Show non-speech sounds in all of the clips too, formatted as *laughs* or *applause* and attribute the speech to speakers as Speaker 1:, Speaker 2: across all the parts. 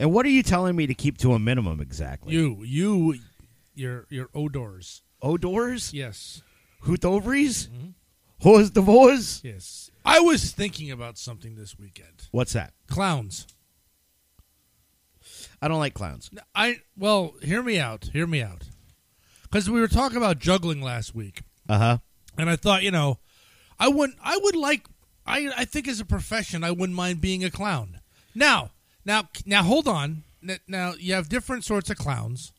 Speaker 1: And what are you telling me to keep to a minimum exactly?
Speaker 2: You, you, your your odors.
Speaker 1: Odors?
Speaker 2: Yes,
Speaker 1: Hoot ovaries? Hors de vos?
Speaker 2: yes. I was thinking about something this weekend.
Speaker 1: What's that?
Speaker 2: Clowns.
Speaker 1: I don't like clowns.
Speaker 2: I well, hear me out. Hear me out. Because we were talking about juggling last week,
Speaker 1: Uh huh.
Speaker 2: and I thought, you know, I wouldn't. I would like. I I think as a profession, I wouldn't mind being a clown. Now, now, now, hold on. N- Now you have different sorts of clowns.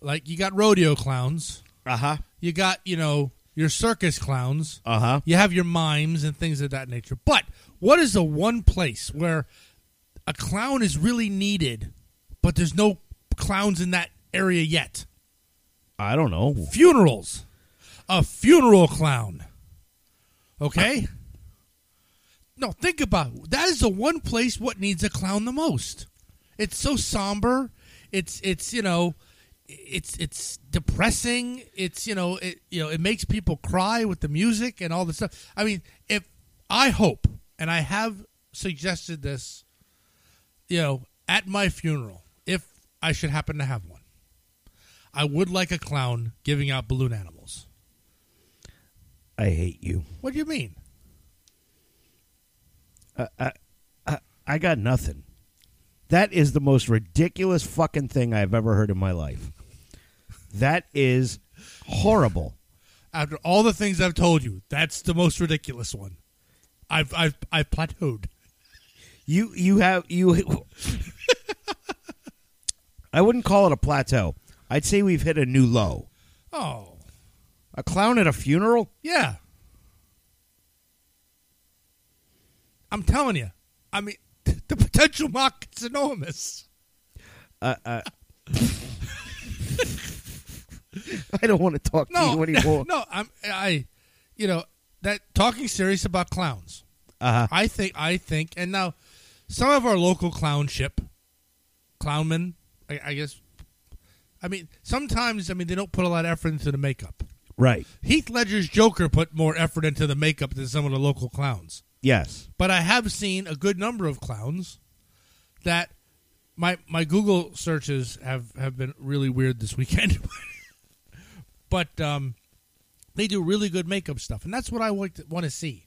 Speaker 2: Like you got rodeo clowns.
Speaker 1: Uh huh.
Speaker 2: You got you know your circus clowns.
Speaker 1: Uh huh.
Speaker 2: You have your mimes and things of that nature. But what is the one place where a clown is really needed, but there's no clowns in that area yet?
Speaker 1: I don't know.
Speaker 2: Funerals. A funeral clown. Okay? No, think about it. that is the one place what needs a clown the most. It's so somber. It's it's you know, it's it's depressing. It's you know, it you know, it makes people cry with the music and all the stuff. I mean, if I hope and I have suggested this you know, at my funeral, if I should happen to have one, I would like a clown giving out balloon animals.
Speaker 1: I hate you.
Speaker 2: What do you mean?
Speaker 1: I got nothing. That is the most ridiculous fucking thing I've ever heard in my life. That is horrible.
Speaker 2: After all the things I've told you, that's the most ridiculous one. I've I've I've plateaued.
Speaker 1: You you have you *laughs* I wouldn't call it a plateau. I'd say we've hit a new low.
Speaker 2: Oh
Speaker 1: A clown at a funeral?
Speaker 2: yeah, I'm telling you. I mean, *laughs* the potential market's enormous.
Speaker 1: *laughs* I don't want to talk to
Speaker 2: No,
Speaker 1: you *laughs* anymore.
Speaker 2: *laughs* no, I'm I, you know that talking serious about clowns.
Speaker 1: Uh-huh.
Speaker 2: I think I think, and now some of our local clownship, clownmen, I, I guess. I mean, sometimes I mean they don't put a lot of effort into the makeup.
Speaker 1: Right.
Speaker 2: Heath Ledger's Joker put more effort into the makeup than some of the local clowns.
Speaker 1: Yes.
Speaker 2: But I have seen a good number of clowns that my my Google searches have, have been really weird this weekend. *laughs* but um, they do really good makeup stuff, and that's what I want to, want to see.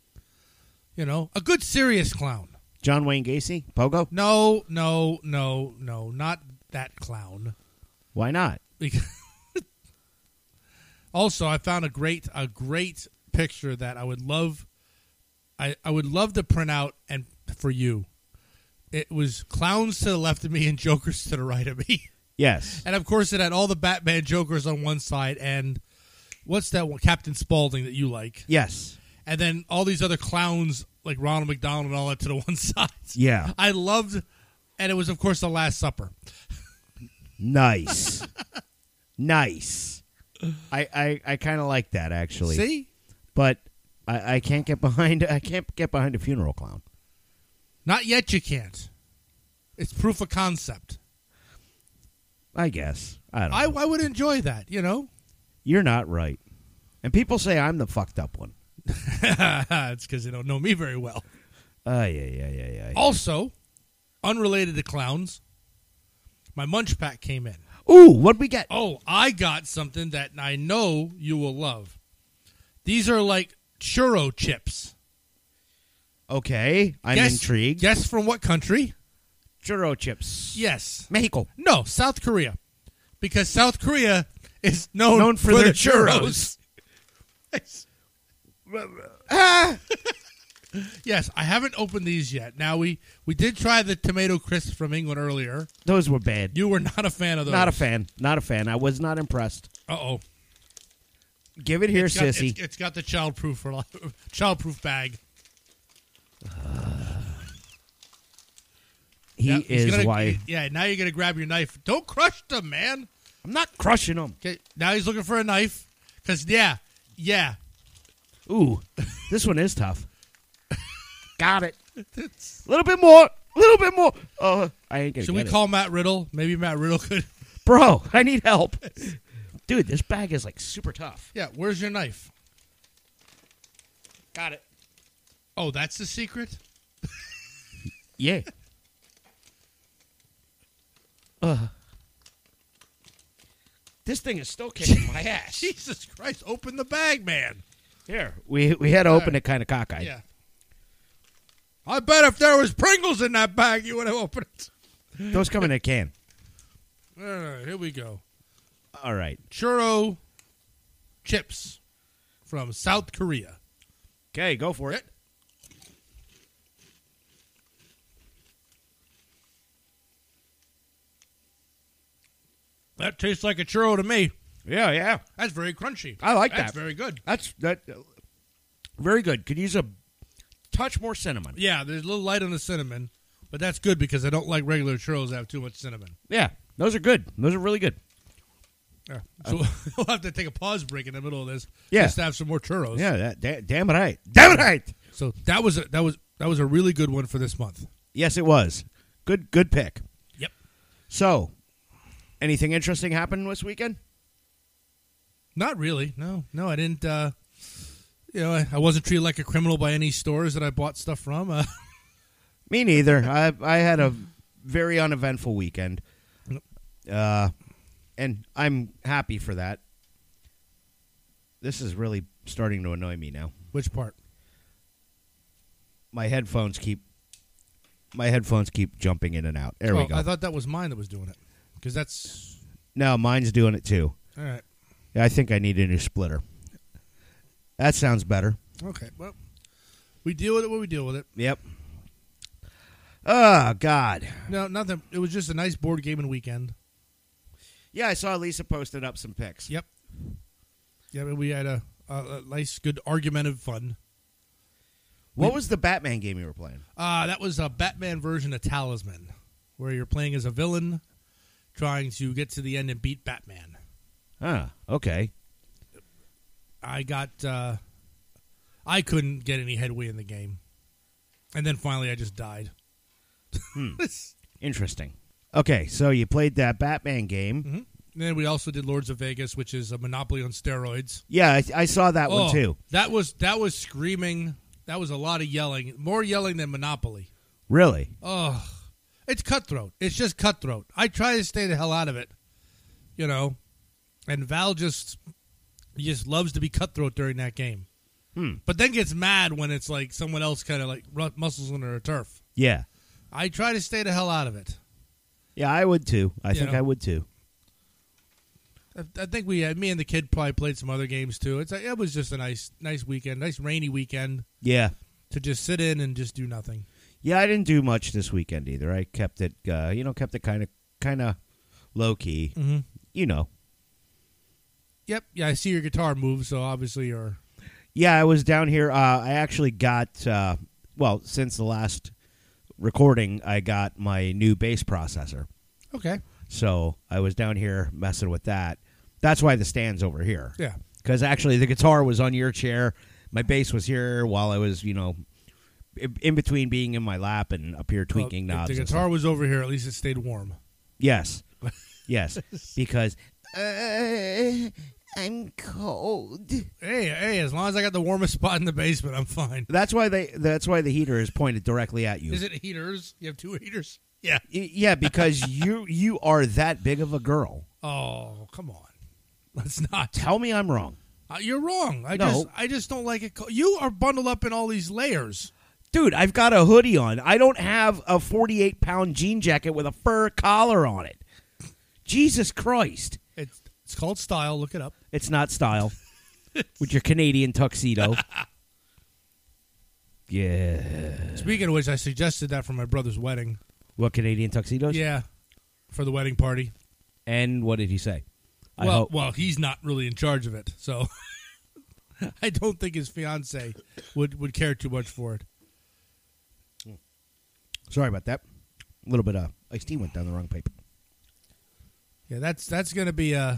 Speaker 2: You know, a good serious clown.
Speaker 1: John Wayne Gacy? Pogo?
Speaker 2: No, no, no, no, not that clown. *laughs*
Speaker 1: Why not?
Speaker 2: Because- also, I found a great a great picture that I would love. I I would love to print out and for you. It was clowns to the left of me and jokers to the right of me, *laughs*
Speaker 1: Yes.
Speaker 2: and of course it had all the Batman jokers on one side and what's that one Captain Spaulding that you like,
Speaker 1: Yes.
Speaker 2: and then all these other clowns like Ronald McDonald and all that to the *laughs* one side.
Speaker 1: Yeah.
Speaker 2: I loved, and it was of course the Last Supper.
Speaker 1: Nice. nice. I I, I kind of like that actually.
Speaker 2: See,
Speaker 1: But I, I can't get behind I can't get behind a funeral clown.
Speaker 2: Not yet, you can't. It's proof of concept.
Speaker 1: I guess. I don't
Speaker 2: I,
Speaker 1: know.
Speaker 2: I would enjoy that, you know?
Speaker 1: You're not right. And people say I'm the fucked up one.
Speaker 2: it's because they don't know me very well.
Speaker 1: Oh yeah, yeah, yeah, yeah.
Speaker 2: Also, unrelated to clowns, my munch pack came in.
Speaker 1: Ooh, what'd we get?
Speaker 2: Oh, I got something that I know you will love. These are like churro chips.
Speaker 1: Okay. I'm
Speaker 2: Guess-
Speaker 1: intrigued.
Speaker 2: Guess from what country?
Speaker 1: Churro chips.
Speaker 2: Yes.
Speaker 1: Mexico.
Speaker 2: No, South Korea. Because South Korea is known,
Speaker 1: Known for their churros.
Speaker 2: churros. *laughs* yes, I haven't opened these yet. Now we we did try the tomato crisp from England earlier.
Speaker 1: Those were bad.
Speaker 2: You were not a fan of those.
Speaker 1: Not a fan. Not a fan. I was not impressed.
Speaker 2: Uh oh.
Speaker 1: Give it here, sissy.
Speaker 2: It's, it's got the childproof for *laughs* childproof bag.
Speaker 1: he
Speaker 2: Yeah, he's
Speaker 1: is
Speaker 2: gonna-
Speaker 1: why
Speaker 2: Yeah. Now you're gonna grab your knife. Don't crush them, man.
Speaker 1: I'm not crushing him.
Speaker 2: Okay. Now he's looking for a knife. Cause yeah, yeah.
Speaker 1: Ooh, *laughs* this one is tough. Got it. A little bit more. A little bit more. Uh, I ain't gonna
Speaker 2: Should
Speaker 1: get
Speaker 2: we
Speaker 1: it.
Speaker 2: call Matt Riddle? Maybe Matt Riddle could.
Speaker 1: bro. *laughs* I need help, dude. This bag is like super tough.
Speaker 2: Yeah, where's your knife?
Speaker 1: Got it.
Speaker 2: Oh, that's the secret?
Speaker 1: Yeah. This thing is still kicking
Speaker 2: *laughs*
Speaker 1: my ass.
Speaker 2: Jesus Christ, open the bag, man.
Speaker 1: Here, we we had to open it kind of cockeyed.
Speaker 2: Yeah. I bet if there was Pringles in that bag, you would have opened it.
Speaker 1: Those come in a can.
Speaker 2: All right, here we go.
Speaker 1: *laughs* All right.
Speaker 2: Churro chips from South Korea.
Speaker 1: Okay, go for it.
Speaker 2: That tastes like a churro to me.
Speaker 1: Yeah, yeah.
Speaker 2: That's very crunchy.
Speaker 1: I like
Speaker 2: That's
Speaker 1: that.
Speaker 2: very good.
Speaker 1: That's that. Very good. Could use a touch more cinnamon.
Speaker 2: Yeah, there's a little light on the cinnamon, but that's good because I don't like regular churros that have too much cinnamon.
Speaker 1: Yeah, those are good. Those are really good.
Speaker 2: Yeah. So *laughs* we'll have to take a pause break in the middle of this.
Speaker 1: Yeah.
Speaker 2: Just to have some more churros.
Speaker 1: Yeah, that, da- damn right. Damn right.
Speaker 2: So that was a, that was that was a really good one for this month.
Speaker 1: Yes, it was. Good, good pick.
Speaker 2: Yep.
Speaker 1: So, anything interesting happened this weekend?
Speaker 2: Not really. No, no, I didn't. Uh, you know, I, I wasn't treated like a criminal by any stores that I bought stuff from. Uh, *laughs*
Speaker 1: Me neither. I I had a very uneventful weekend, uh, and I'm happy for that. This is really starting to annoy me now.
Speaker 2: which part?
Speaker 1: My headphones keep my headphones keep jumping in and out. There we
Speaker 2: Oh,
Speaker 1: go.
Speaker 2: I thought that was mine that was doing it because that's
Speaker 1: no, mine's doing it too.
Speaker 2: all right.
Speaker 1: I think I need a new splitter. That sounds better.
Speaker 2: Okay. Well, we deal with it when we deal with it.
Speaker 1: Yep. Oh God.
Speaker 2: No, nothing. It was just a nice board gaming weekend.
Speaker 1: Yeah, I saw Lisa posted up some pics.
Speaker 2: Yep. Yeah, but we had a, a, a nice, good argumentative fun.
Speaker 1: What was the Batman game you were playing?
Speaker 2: Uh, that was a Batman version of Talisman, where you're playing as a villain trying to get to the end and beat Batman.
Speaker 1: Huh. Okay.
Speaker 2: I got uh I couldn't get any headway in the game. And then finally I just died.
Speaker 1: Hmm.
Speaker 2: *laughs* Mm-hmm.
Speaker 1: Interesting. Okay, so you played that Batman game.
Speaker 2: Mhm. Then we also did Lords of Vegas, which is a monopoly on steroids.
Speaker 1: Yeah, I, I saw that
Speaker 2: Oh,
Speaker 1: one too.
Speaker 2: That was that was screaming. That was a lot of yelling. More yelling than Monopoly.
Speaker 1: Really?
Speaker 2: Oh, it's cutthroat. It's just cutthroat. I try to stay the hell out of it, you know. And Val just he just loves to be cutthroat during that game,
Speaker 1: Hmm.
Speaker 2: but then gets mad when it's like someone else kind of like ru- muscles under her turf.
Speaker 1: Yeah.
Speaker 2: I try to stay the hell out of it.
Speaker 1: Yeah, I would too. I
Speaker 2: You
Speaker 1: think
Speaker 2: know.
Speaker 1: I would too.
Speaker 2: I- I think we, uh, me and the kid, probably played some other games too. It's uh, it was just a nice, nice weekend, nice rainy weekend
Speaker 1: Yeah.
Speaker 2: to just sit in and just do nothing.
Speaker 1: Yeah, I didn't do much this weekend either. I kept it, uh, you know, kept it kind of, kind of low key.
Speaker 2: Mm-hmm.
Speaker 1: You know.
Speaker 2: Yep, yeah, I see your guitar move, so obviously you're
Speaker 1: Yeah, I was down here. Uh, I actually got, uh, well, since the last recording, I got my new bass processor.
Speaker 2: okay.
Speaker 1: So I was down here messing with that. That's why the stand's over here.
Speaker 2: Yeah,
Speaker 1: because actually the guitar was on your chair, my bass was here while I was, you know, in in between being in my lap and up here tweaking
Speaker 2: Well, if
Speaker 1: knobs.
Speaker 2: The
Speaker 1: and
Speaker 2: guitar
Speaker 1: stuff.
Speaker 2: was over here. At least it stayed warm.
Speaker 1: *laughs* yes, yes, because uh, I'm cold.
Speaker 2: Hey, hey! As long as I got the warmest *laughs* spot in the basement, I'm fine.
Speaker 1: That's why they. That's why the heater is pointed directly at you.
Speaker 2: Is it heaters? You have two heaters? Yeah.
Speaker 1: Y- yeah, *laughs* because you you are that big of a girl.
Speaker 2: Oh, come on. Let's not.
Speaker 1: Tell me I'm wrong,
Speaker 2: Uh, You're wrong. I
Speaker 1: No.
Speaker 2: just, I just don't like it. co- You are bundled up in all these layers.
Speaker 1: dude. I've got a hoodie on. I don't have a 48 pound jean jacket with a fur collar on it. Jesus Christ.
Speaker 2: It's, it's called style. Look it up.
Speaker 1: It's not *laughs* style. With your Canadian *laughs* tuxedo. yeah.
Speaker 2: Speaking of which, I suggested that for my brother's wedding.
Speaker 1: What Canadian tuxedos?
Speaker 2: Yeah, for the wedding party.
Speaker 1: And what did he say? I
Speaker 2: well,
Speaker 1: hope.
Speaker 2: well, he's not really in charge of it, so *laughs* I don't think his fiance would would care too much for it.
Speaker 1: Sorry about that. A little bit of iced tea went down the wrong pipe.
Speaker 2: Yeah, that's that's gonna be uh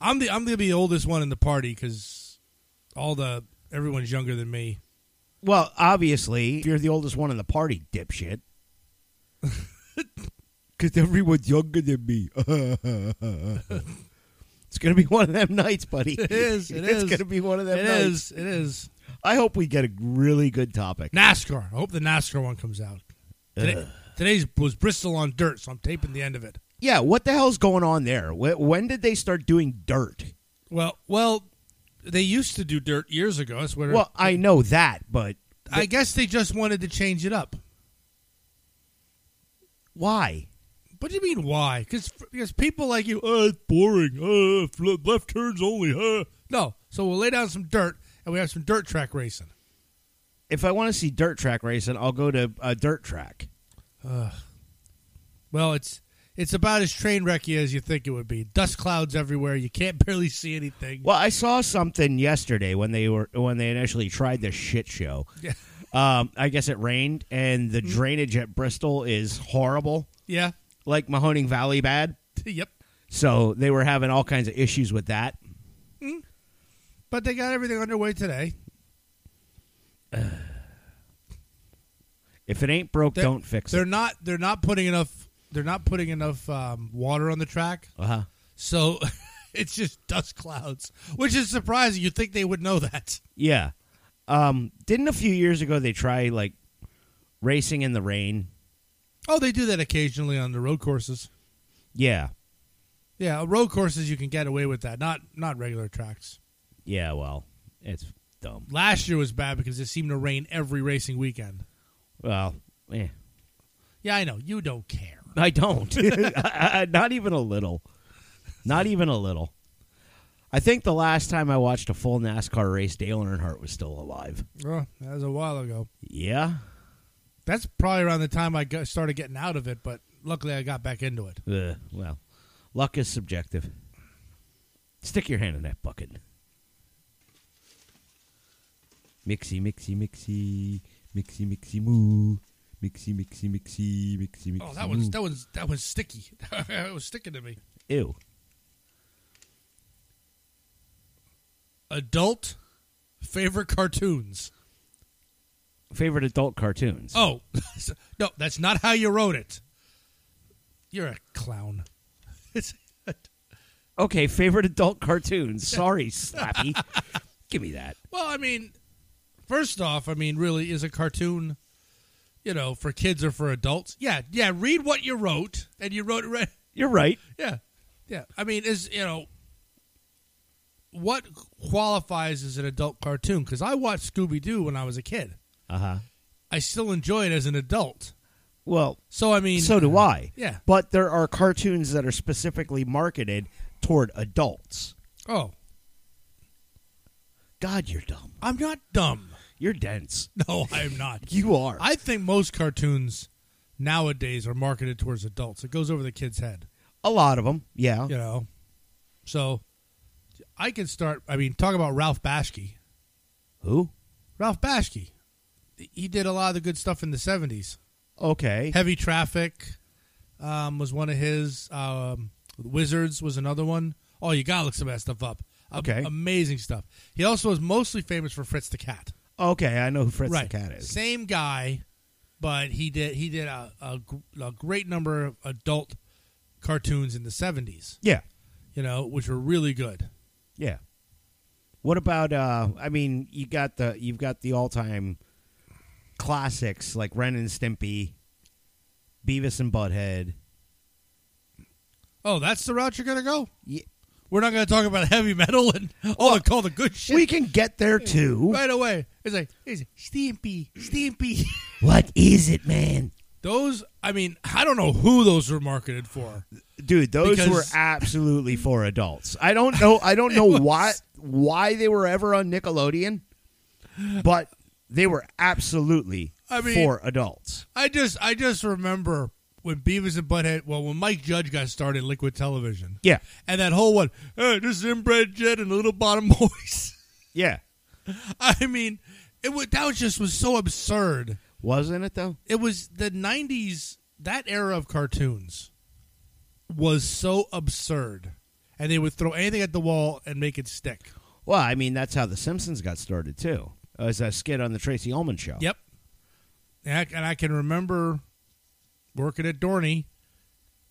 Speaker 2: I'm the I'm gonna be the oldest one in the party because all the everyone's younger than me.
Speaker 1: Well, obviously, you're the oldest one in the party, *laughs* dipshit. Because everyone's younger than me. *laughs* it's going to be one of them nights, buddy.
Speaker 2: *laughs*
Speaker 1: It
Speaker 2: is, it
Speaker 1: *laughs* it's
Speaker 2: is.
Speaker 1: going to be one of them
Speaker 2: It
Speaker 1: nights.
Speaker 2: is, it is
Speaker 1: I hope we get a really good topic.
Speaker 2: NASCAR. I hope the NASCAR one comes out. Today, today's was Bristol on dirt, so I'm taping the end of it.
Speaker 1: Yeah, what the hell's going on there? Wh- When did they start doing dirt?
Speaker 2: Well, well, they used to do dirt years ago. That's what.
Speaker 1: Well, I know that, but
Speaker 2: I guess they just wanted to change it up.
Speaker 1: why?
Speaker 2: What do you mean why? Because people like you, oh, it's boring. Uh, fl- left turns only. Uh. No, so we'll lay down some dirt and we have some dirt track racing.
Speaker 1: If I want to see dirt track racing, I'll go to a dirt track.
Speaker 2: Well, it's it's about as train wrecky as you think it would be. Dust clouds everywhere. You can't barely see anything.
Speaker 1: Well, I saw something yesterday when they were when they initially tried the shit show.
Speaker 2: Yeah.
Speaker 1: Um, I guess it rained, and the drainage at Bristol is horrible,
Speaker 2: Yeah. *laughs*
Speaker 1: like Mahoning Valley bad.
Speaker 2: yep.
Speaker 1: So they were having all kinds of issues with that.
Speaker 2: But they got everything underway today.
Speaker 1: If it ain't broke,
Speaker 2: They're-
Speaker 1: don't fix
Speaker 2: They're
Speaker 1: it.
Speaker 2: not. They're not putting enough. They're not putting enough um, water on the track.
Speaker 1: Uh huh.
Speaker 2: So *laughs* it's just dust clouds, which is surprising. You'd think they would know that.
Speaker 1: Yeah. Um, didn't a few years ago they try like racing in the rain?
Speaker 2: Oh, they do that occasionally on the road courses.
Speaker 1: Yeah.
Speaker 2: Yeah, road courses you can get away with that. Not not regular tracks.
Speaker 1: Yeah. Well, it's dumb.
Speaker 2: Last year was bad because it seemed to rain every racing weekend.
Speaker 1: Well, eh,
Speaker 2: Yeah, I know you don't care.
Speaker 1: I don't. I- I- not even a little. Not even a little. I think the last time I watched a full NASCAR race, Dale Earnhardt was still alive.
Speaker 2: Oh, that was a while ago.
Speaker 1: Yeah.
Speaker 2: That's probably around the time I got, started getting out of it, but luckily I got back into it.
Speaker 1: Ugh, well, luck is subjective. Stick your hand in that bucket. Mixy, mixy, mixy, mixy, mixy, moo. Mixy, mixy, mixy, mixy, mixy.
Speaker 2: Oh, that one's
Speaker 1: moo.
Speaker 2: that one's that was sticky. *laughs* it was sticking to me.
Speaker 1: ew.
Speaker 2: Adult favorite cartoons.
Speaker 1: Favorite adult cartoons.
Speaker 2: Oh, *laughs* no, that's not how you wrote it. You're a clown. *laughs* It's
Speaker 1: Okay, favorite adult cartoons. Sorry, Slappy. *laughs* Give me that.
Speaker 2: well, I mean, first off, I mean, really, is a cartoon, you know, for kids or for adults? Yeah, yeah. Read what you wrote, and you wrote it right. *laughs*
Speaker 1: You're right.
Speaker 2: Yeah, yeah. I mean, is you know, what qualifies as an adult cartoon? Because I watched Scooby Doo when I was a kid.
Speaker 1: Uh
Speaker 2: Uh-huh.
Speaker 1: huh.
Speaker 2: I still enjoy it as an adult.
Speaker 1: Well,
Speaker 2: So I mean,
Speaker 1: so do I.
Speaker 2: Yeah.
Speaker 1: But there are cartoons that are specifically marketed toward adults.
Speaker 2: oh,
Speaker 1: God, you're dumb.
Speaker 2: I'm not dumb. *laughs*
Speaker 1: You're dense.
Speaker 2: No, I'm not.
Speaker 1: You are.
Speaker 2: I think most cartoons nowadays are marketed towards adults. It goes over the kid's head,
Speaker 1: a lot of them. Yeah.
Speaker 2: you know. So I can start. I mean, talk about Ralph Bashki.
Speaker 1: Who?
Speaker 2: Ralph Bashki, he did a lot of the good stuff in the seventies.
Speaker 1: Okay.
Speaker 2: Heavy Traffic um, was one of his. Um, Wizards was another one. Oh, you gotta look some of that stuff up. Am-
Speaker 1: Okay.
Speaker 2: amazing stuff. He also is mostly famous for Fritz the Cat.
Speaker 1: Okay, I know who Fritz the Cat is.
Speaker 2: Same guy, but he did he did a, a, gr- a great number of adult cartoons in the seventies.
Speaker 1: Yeah.
Speaker 2: You know, which were really good.
Speaker 1: Yeah. What about uh I mean, you got the you've got the all-time classics like Ren and Stimpy, Beavis and Butthead.
Speaker 2: Oh, that's the route you're gonna go.
Speaker 1: Ye-
Speaker 2: We're not gonna talk about heavy metal and *laughs* all the all the good shit
Speaker 1: We can get there too.
Speaker 2: right away. It's like it's Stimpy, Stimpy. *laughs*
Speaker 1: What is it, man?
Speaker 2: those, I mean, I don't know who those were marketed for.
Speaker 1: Dude, those
Speaker 2: Because-
Speaker 1: were absolutely for adults. I don't know I
Speaker 2: *laughs*
Speaker 1: don't know why why they were ever on Nickelodeon, but they were absolutely
Speaker 2: I mean-
Speaker 1: for adults.
Speaker 2: I just I just remember when Beavis and Butthead. Well, when Mike Judge got started, in Liquid Television.
Speaker 1: Yeah.
Speaker 2: and that whole one, hey, this is inbred jet and the little bottom *laughs* boys.
Speaker 1: Yeah.
Speaker 2: I mean, it was, that was just was so absurd.
Speaker 1: Wasn't it though?
Speaker 2: It was the '90s. That era of cartoons was so absurd, and they would throw anything at the wall and make it stick.
Speaker 1: Well, I mean, that's how The Simpsons got started too. As a skit on the Tracy Ullman show.
Speaker 2: Yep. And I, and I can remember working at Dorney,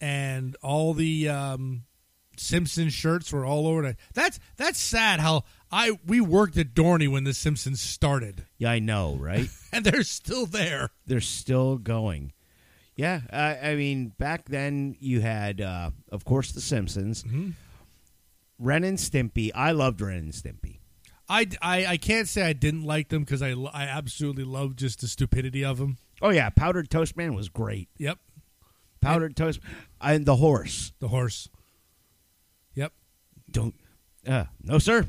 Speaker 2: and all the um, Simpson shirts were all over. The, that's that's sad. How I we worked at Dorney when the Simpsons started, *laughs*
Speaker 1: Yeah, I know, right?
Speaker 2: and they're still there.
Speaker 1: They're still going. Yeah, I, I mean, back then you had, uh, of course, The Simpsons,
Speaker 2: Mm-hmm.
Speaker 1: Ren and Stimpy. I loved Ren and Stimpy.
Speaker 2: I, I, I can't say I didn't like them because I, lo- I absolutely love just the stupidity of them.
Speaker 1: Oh yeah, Powdered Toast Man was great.
Speaker 2: Yep.
Speaker 1: Powdered Toast and the horse.
Speaker 2: The horse. Yep.
Speaker 1: Don't, uh, no sir,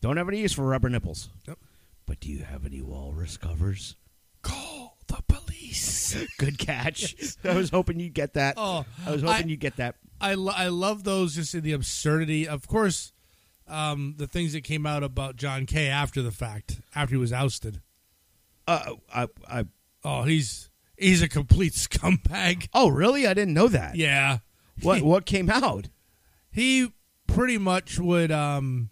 Speaker 1: don't have any use for rubber nipples.
Speaker 2: Yep.
Speaker 1: But do you have any walrus covers? *laughs*
Speaker 2: Call the police.
Speaker 1: Good catch. *laughs* I was hoping you'd get that.
Speaker 2: Oh,
Speaker 1: I was hoping
Speaker 2: I-
Speaker 1: you'd get that.
Speaker 2: I, lo- I love those just in the absurdity. Of course, um, the things that came out about John Kay after the fact, after he was ousted.
Speaker 1: Uh, I, I,
Speaker 2: Oh, he's he's a complete *laughs* scumbag.
Speaker 1: oh, really? I didn't know that.
Speaker 2: Yeah. *laughs*
Speaker 1: What what came out?
Speaker 2: he pretty much would um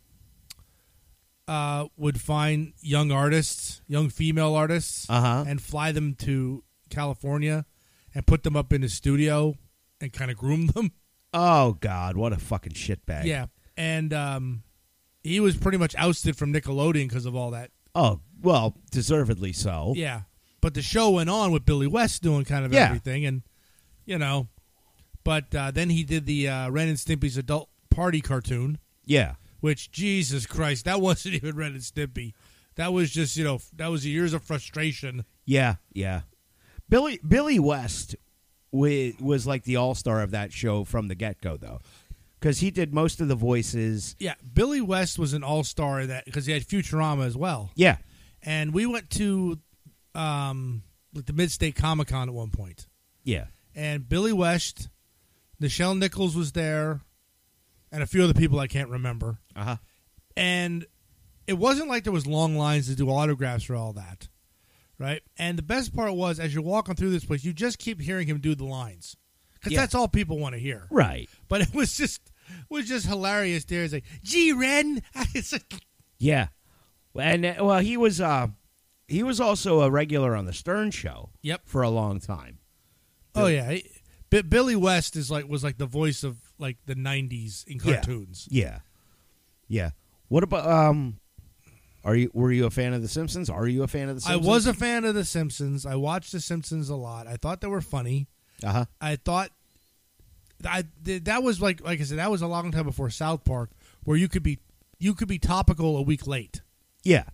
Speaker 2: uh would find young artists, young female artists,
Speaker 1: Uh-huh.
Speaker 2: and fly them to California and put them up in his studio and kind of groom *laughs* them.
Speaker 1: Oh God, what a fucking shitbag.
Speaker 2: Yeah, and um, he was pretty much ousted from Nickelodeon because of all that.
Speaker 1: Oh well, deservedly so.
Speaker 2: Yeah, but the show went on with Billy West doing kind of
Speaker 1: Yeah.
Speaker 2: everything, and you know, but uh, then he did the uh, Ren and Stimpy's adult party cartoon.
Speaker 1: Yeah.
Speaker 2: which Jesus Christ, that *laughs* wasn't even Ren and Stimpy. That was just you know that was years of frustration.
Speaker 1: Yeah. Yeah. Billy Billy West was, was like the all star of that show from the get go though, because he did most of the voices.
Speaker 2: Yeah, Billy West was an all star in that because he had Futurama as well.
Speaker 1: Yeah.
Speaker 2: And we went to um like the Mid State Comic Con at one point,
Speaker 1: Yeah.
Speaker 2: and Billy West, Nichelle Nichols was there, and a few other people I can't remember.
Speaker 1: Uh huh.
Speaker 2: and it wasn't like there was long lines to do autographs or all that right and the best part was as you're walking through this place you just keep hearing him do the lines because
Speaker 1: Yeah.
Speaker 2: that's all people want to hear
Speaker 1: Right.
Speaker 2: but it was just it was just hilarious there it's like gee ren *laughs* it's like,
Speaker 1: Yeah. And uh, well, he was uh, he was also a regular on the Stern Show.
Speaker 2: Yep.
Speaker 1: For a long time.
Speaker 2: oh yeah he- Bi- billy west is like was like the voice of like the 90s in
Speaker 1: Yeah.
Speaker 2: cartoons
Speaker 1: Yeah. Yeah. What about um? Are you were you a fan of The Simpsons? Are you a fan of The
Speaker 2: i
Speaker 1: Simpsons?
Speaker 2: was a fan of the simpsons i watched the simpsons a lot i thought they were funny
Speaker 1: Uh huh.
Speaker 2: I thought I th- that was like like I said that was a long time before South Park where you could be you could be topical a week late.
Speaker 1: Yeah.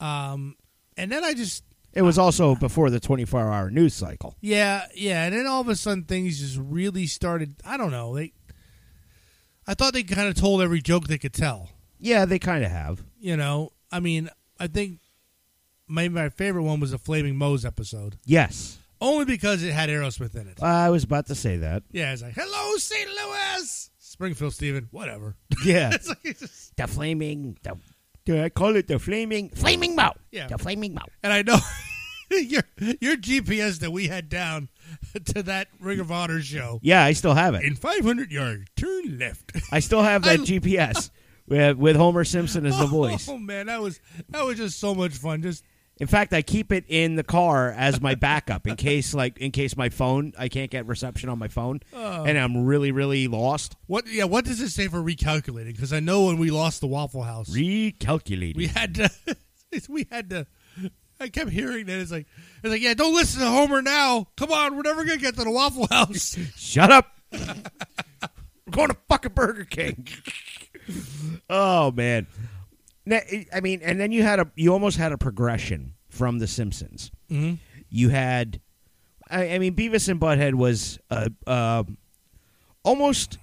Speaker 2: Um and then I just
Speaker 1: It was also before the 24 hour news cycle.
Speaker 2: yeah, yeah, and then all of a sudden things just really started I don't know, they I thought they kind of told every joke they could tell,
Speaker 1: Yeah, they kind of have.
Speaker 2: you know. I mean, I think maybe my favorite one was the Flaming Moe's episode.
Speaker 1: Yes.
Speaker 2: Only because it had Aerosmith in it.
Speaker 1: I was about to say *laughs* that.
Speaker 2: Yeah, it's like, "Hello St. Louis." Springfield Steven, whatever. *laughs*
Speaker 1: Yeah.
Speaker 2: It's like, it's
Speaker 1: *laughs*
Speaker 2: just-
Speaker 1: the flaming, the, do I call it the flaming, flaming mouth.
Speaker 2: Yeah.
Speaker 1: The flaming mouth.
Speaker 2: And I know *laughs* your your GPS that we had down *laughs* to that Ring of Honor show
Speaker 1: Yeah, I still have it.
Speaker 2: in 500 yards, turn left. *laughs*
Speaker 1: I still have that
Speaker 2: I- *laughs*
Speaker 1: GPS with, with Homer Simpson as the voice.
Speaker 2: Oh man, that was that was just so much fun. Just
Speaker 1: In fact, I keep it in the car as my backup in case, like, in case my phone, I can't get reception on my phone,
Speaker 2: Oh.
Speaker 1: and I'm really, really lost.
Speaker 2: what? Yeah, what does it say for recalculating? Because I know when we lost the Waffle House,
Speaker 1: Recalculating.
Speaker 2: we had to *laughs* we had to. I kept hearing that it's like it's like yeah, don't listen to Homer now. Come on, we're never gonna get to the Waffle House.
Speaker 1: Shut up. We're going to fucking Burger King. oh man. Na- I mean, and then you had a you almost had a progression from The Simpsons. Mm-hmm. You had, I, I mean, Beavis and Butthead was a, uh, almost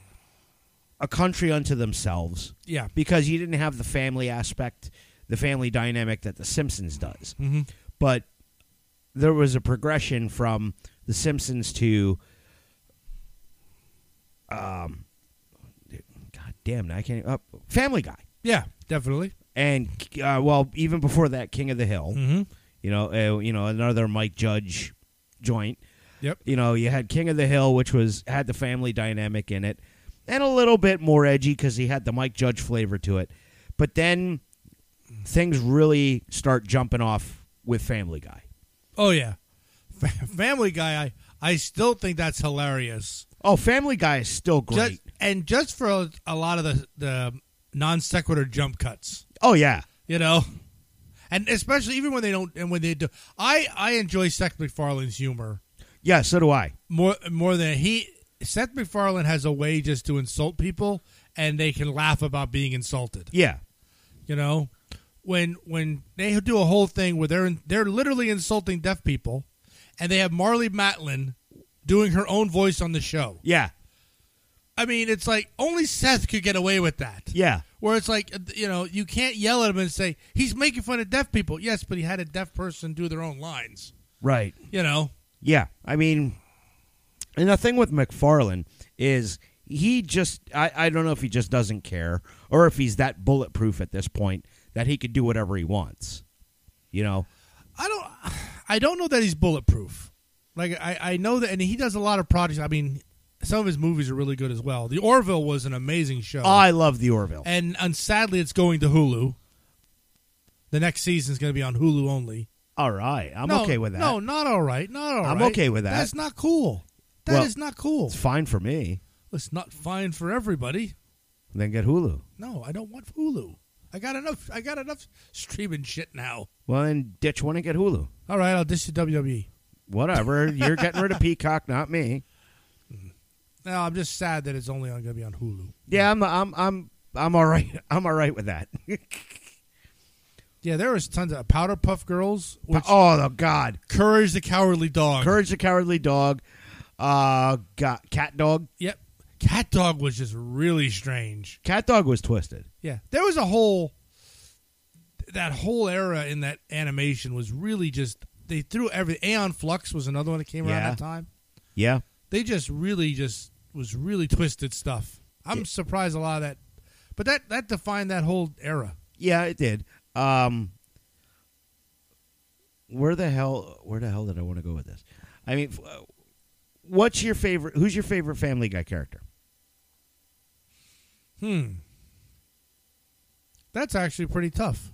Speaker 1: a country unto themselves
Speaker 2: *laughs* yeah,
Speaker 1: because you didn't have the family aspect, the family dynamic that The Simpsons does. But there was a progression from The Simpsons to, um, God damn, I can't. Uh, family Guy,
Speaker 2: yeah, definitely.
Speaker 1: and uh, well, even before that, King of the Hill.
Speaker 2: Mm-hmm.
Speaker 1: You know, uh, you know, another Mike Judge joint.
Speaker 2: Yep.
Speaker 1: You know, you had King of the Hill, which was had the family dynamic in it, and a little bit more edgy because he had the Mike Judge flavor to it. But then things really start jumping off with Family Guy.
Speaker 2: Oh yeah, Fa- Family Guy. I I still think that's hilarious.
Speaker 1: Oh, Family Guy is still great.
Speaker 2: Just, and just for a, a lot of the the non sequitur jump cuts,
Speaker 1: oh yeah,
Speaker 2: you know, and especially even when they don't and when they do. I I enjoy Seth MacFarlane's humor
Speaker 1: Yeah, so do I.
Speaker 2: more more than he Seth MacFarlane has a way just to insult people and they can laugh about being insulted.
Speaker 1: Yeah.
Speaker 2: You know, when when they do a whole thing where they're they're literally insulting deaf people, and they have Marley Matlin doing her own voice on the show.
Speaker 1: Yeah.
Speaker 2: I mean, it's like only Seth could get away with that.
Speaker 1: Yeah.
Speaker 2: Where it's like, you know, you can't yell at him and say he's making fun of deaf people. Yes, but he had a deaf person do their own lines.
Speaker 1: Right.
Speaker 2: You know,
Speaker 1: Yeah, I mean, and the thing with McFarlane is he just, I, I don't know if he just doesn't care or if he's that bulletproof at this point that he could do whatever he wants. You know?
Speaker 2: I don't I don't know that he's bulletproof. Like I, I know that and he does a lot of projects. I mean, some of his movies are really good as well. The Orville was an amazing show.
Speaker 1: I love the Orville.
Speaker 2: Oh. and and sadly it's going to Hulu. The next season is going to be on Hulu only.
Speaker 1: All right. I'm
Speaker 2: No,
Speaker 1: okay with that.
Speaker 2: No, not all right. Not all right.
Speaker 1: I'm okay with that.
Speaker 2: That's not cool. That is
Speaker 1: Well-
Speaker 2: not cool.
Speaker 1: It's fine for me.
Speaker 2: It's not fine for everybody.
Speaker 1: Then get Hulu.
Speaker 2: No, I don't want Hulu. I got enough I got enough streaming shit now.
Speaker 1: Well, then ditch one and get Hulu.
Speaker 2: All right, I'll dish to WWE.
Speaker 1: E.
Speaker 2: *laughs*
Speaker 1: Whatever. You're getting rid of Peacock, not me.
Speaker 2: No, I'm just sad that it's only going to be on Hulu.
Speaker 1: Yeah, I'm, I'm, I'm, I'm all right. *laughs* I'm all right with that.
Speaker 2: Yeah, there was tons of Powder Puff Girls, which
Speaker 1: oh, the God.
Speaker 2: Courage the Cowardly Dog.
Speaker 1: Courage the Cowardly Dog. Uh, got Cat Dog.
Speaker 2: Yep. Cat Dog was just really strange.
Speaker 1: Cat Dog was twisted.
Speaker 2: Yeah. There was a whole that whole era in that animation was really just they threw every Aeon Flux was another one that came around
Speaker 1: Yeah.
Speaker 2: that time.
Speaker 1: Yeah.
Speaker 2: They just really just was really twisted stuff. I'm
Speaker 1: Yeah.
Speaker 2: surprised a lot of that but that that defined that whole era.
Speaker 1: Yeah, it did. Um Where the hell where the hell did I want to go with this? I mean, f- uh, what's your favorite who's your favorite Family Guy character?
Speaker 2: Hmm. That's actually pretty tough.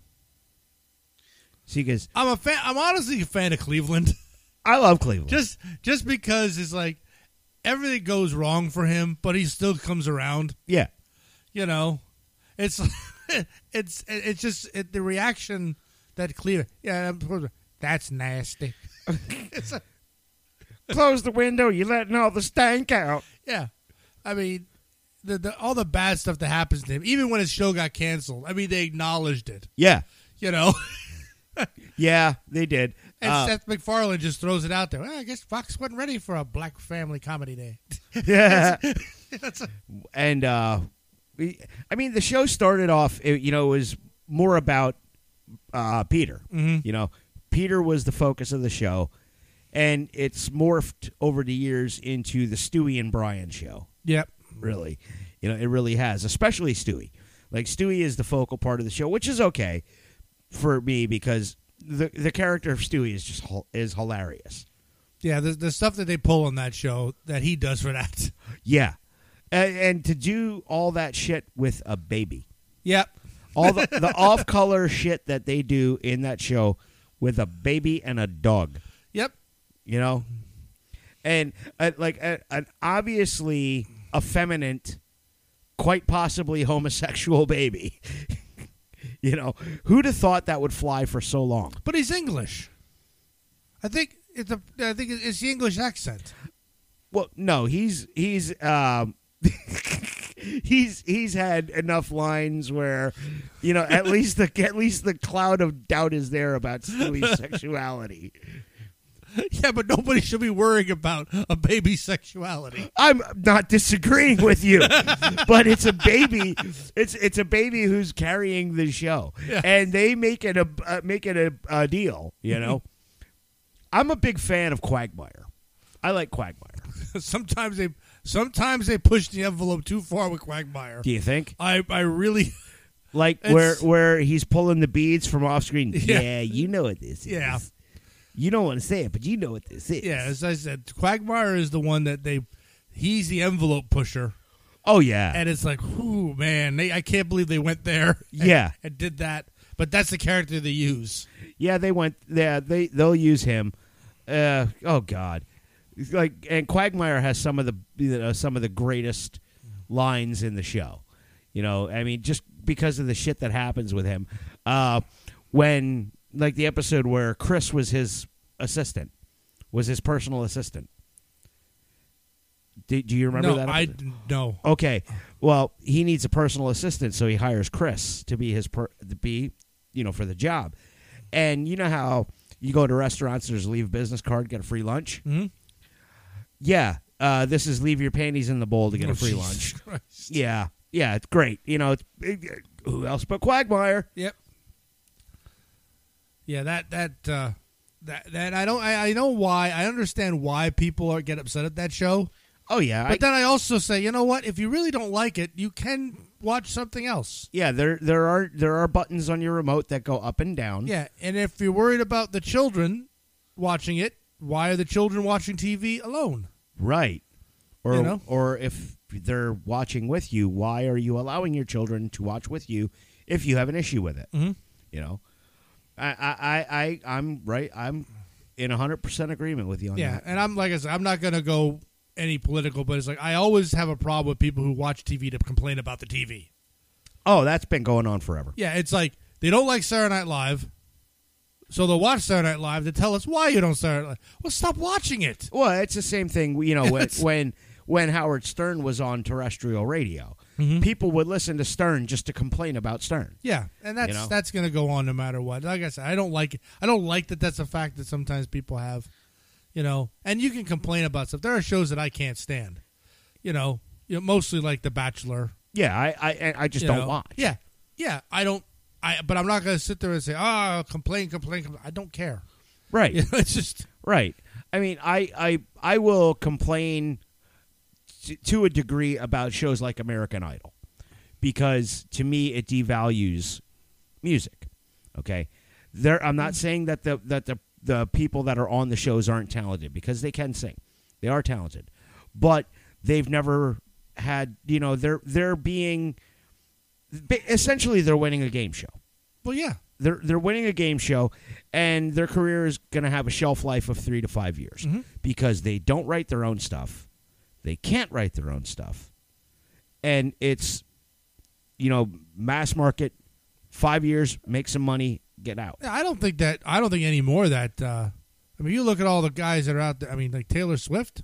Speaker 1: See, because
Speaker 2: I'm a fan I'm honestly a fan of Cleveland. *laughs*
Speaker 1: I love Cleveland.
Speaker 2: just just because it's like everything goes wrong for him, but he still comes around.
Speaker 1: yeah.
Speaker 2: You know, it's *laughs* it's it's just it, the reaction that clear. Yeah, I'm supposed to- that's nasty. It's like,
Speaker 1: *laughs* Close the window, you're letting all the stank out.
Speaker 2: yeah, I mean, the, the all the bad stuff that happens to him, even when his show got canceled. I mean, they acknowledged it.
Speaker 1: Yeah.
Speaker 2: You know, *laughs*
Speaker 1: Yeah, they did.
Speaker 2: and
Speaker 1: Uh,
Speaker 2: Seth MacFarlane just throws it out there. "Well, I guess Fox wasn't ready for a black family comedy day. *laughs*
Speaker 1: *laughs* yeah.
Speaker 2: That's a-
Speaker 1: and uh we- I mean the show started off it, you know, it was more about uh Peter.
Speaker 2: Mhm.
Speaker 1: You know, Peter was the focus of the show, and it's morphed over the years into the Stewie and Brian show.
Speaker 2: Yep.
Speaker 1: Really, you know, it really has, especially Stewie. Like Stewie is the focal part of the show, which is okay for me because the the character of Stewie is just hil- is hilarious.
Speaker 2: Yeah, the, the stuff that they pull on that show that he does for that. *laughs*
Speaker 1: Yeah, and, and to do all that shit with a baby,
Speaker 2: Yep.
Speaker 1: all the, the off color shit that they do in that show with a baby and a dog.
Speaker 2: Yep.
Speaker 1: you know and uh, like uh, an obviously effeminate quite possibly *laughs* homosexual baby *laughs* you know who'd have thought that would fly for so long
Speaker 2: But he's English. I think it's a, I think it's the English accent.
Speaker 1: well no he's he's um *laughs* he's he's had enough lines where you know at least the at least the cloud of doubt is there about Stewie's sexuality
Speaker 2: *laughs* yeah, but nobody should be worrying about a
Speaker 1: *laughs*
Speaker 2: baby's sexuality.
Speaker 1: I'm not disagreeing with you, *laughs* but it's a baby. It's it's a baby who's carrying the show,
Speaker 2: Yeah.
Speaker 1: and they make it a uh, make it a, a deal. You know, I'm a big fan of Quagmire. I like Quagmire.
Speaker 2: sometimes they sometimes they push the envelope too far with Quagmire.
Speaker 1: Do you think?
Speaker 2: I I really *laughs*
Speaker 1: Like
Speaker 2: It's-
Speaker 1: where where he's pulling the beads from off screen?
Speaker 2: Yeah.
Speaker 1: Yeah, you know what this
Speaker 2: Yeah.
Speaker 1: is. You don't want to say it, but you know what this is.
Speaker 2: yeah, as I said, Quagmire is the one that they he's the envelope pusher,
Speaker 1: Oh yeah.
Speaker 2: and it's like, whoo man, they, I can't believe they went there. *laughs* and-
Speaker 1: Yeah.
Speaker 2: and did that. But that's the character they use.
Speaker 1: Yeah, they went. Yeah, they they'll use him. Uh, oh God, like and Quagmire has some of the you know, some of the greatest lines in the show. You know, I mean, just because of the shit that happens with him. Uh, when like the episode where Chris was his assistant, was his personal assistant, Do, do you remember
Speaker 2: no,
Speaker 1: that?
Speaker 2: I no.
Speaker 1: Okay. Well, he needs a personal assistant, so he hires Chris to be his per, to be, you know, for the job. And you know how you go to restaurants, there's leave business card, get a free lunch.
Speaker 2: Hmm?
Speaker 1: Yeah, uh, this is leave your panties in the bowl to get
Speaker 2: Oh,
Speaker 1: a free
Speaker 2: Jesus
Speaker 1: lunch.
Speaker 2: *laughs* Christ.
Speaker 1: Yeah, yeah, it's great. You know, it's it- who else but Quagmire?
Speaker 2: Yep. Yeah, that that uh, that that I don't I, I know why I understand why people are get upset at that show,
Speaker 1: Oh yeah,
Speaker 2: but
Speaker 1: I,
Speaker 2: then I also say you know what if you really don't like it you can watch something else.
Speaker 1: yeah. There there are there are buttons on your remote that go up and down.
Speaker 2: Yeah, and if you're worried about the children watching it, why are the children watching TV alone?
Speaker 1: Right. Or
Speaker 2: You know?
Speaker 1: or if they're watching with you, why are you allowing your children to watch with you if you have an issue with it?
Speaker 2: Mhm.
Speaker 1: You know, I I I, I I'm right. I'm in hundred percent agreement with you on
Speaker 2: Yeah,
Speaker 1: that.
Speaker 2: and I'm like I said, I'm not gonna go any political, but it's like I always have a problem with people who watch TV to complain about the TV.
Speaker 1: Oh, that's been going on forever.
Speaker 2: Yeah, it's like they don't like Saturday Night Live, so they'll watch Saturday Night Live to tell us why you don't Saturday Night. Live. Well, stop watching it.
Speaker 1: Well, it's the same thing. You know,
Speaker 2: *laughs*
Speaker 1: when
Speaker 2: Yes.
Speaker 1: when, when Howard Stern was on terrestrial radio,
Speaker 2: Mhm.
Speaker 1: people would listen to Stern just to complain about Stern.
Speaker 2: Yeah, and that's
Speaker 1: You know?
Speaker 2: that's gonna go on no matter what. Like I said, I don't like it. I don't like that. That's a fact that sometimes people have, you know. And you can complain about stuff. There are shows that I can't stand, you know. You know, mostly like The Bachelor.
Speaker 1: Yeah, I I, I just
Speaker 2: you
Speaker 1: don't
Speaker 2: know.
Speaker 1: watch.
Speaker 2: Yeah, yeah. I don't. I but I'm not gonna sit there and say, ah, complain, complain, complain. I don't care. *laughs*
Speaker 1: right.
Speaker 2: You know, it's just
Speaker 1: Right. I mean, I I I will complain t- to a degree about shows like American Idol because to me it devalues music. Okay. There I'm not saying that the that the the people that are on the shows aren't talented because they can sing. They are talented. But they've never had, you know, they're they're being ba- essentially they're winning a game show
Speaker 2: well, yeah.
Speaker 1: they're they're winning a game show and their career is going to have a shelf life of 3 to 5 years
Speaker 2: Mhm.
Speaker 1: because they don't write their own stuff. They can't write their own stuff. And it's you know, mass market 5 years, make some money, get out.
Speaker 2: Yeah, I don't think that. I don't think any more that. Uh, I mean, you look at all the guys that are out there. I mean, like Taylor Swift.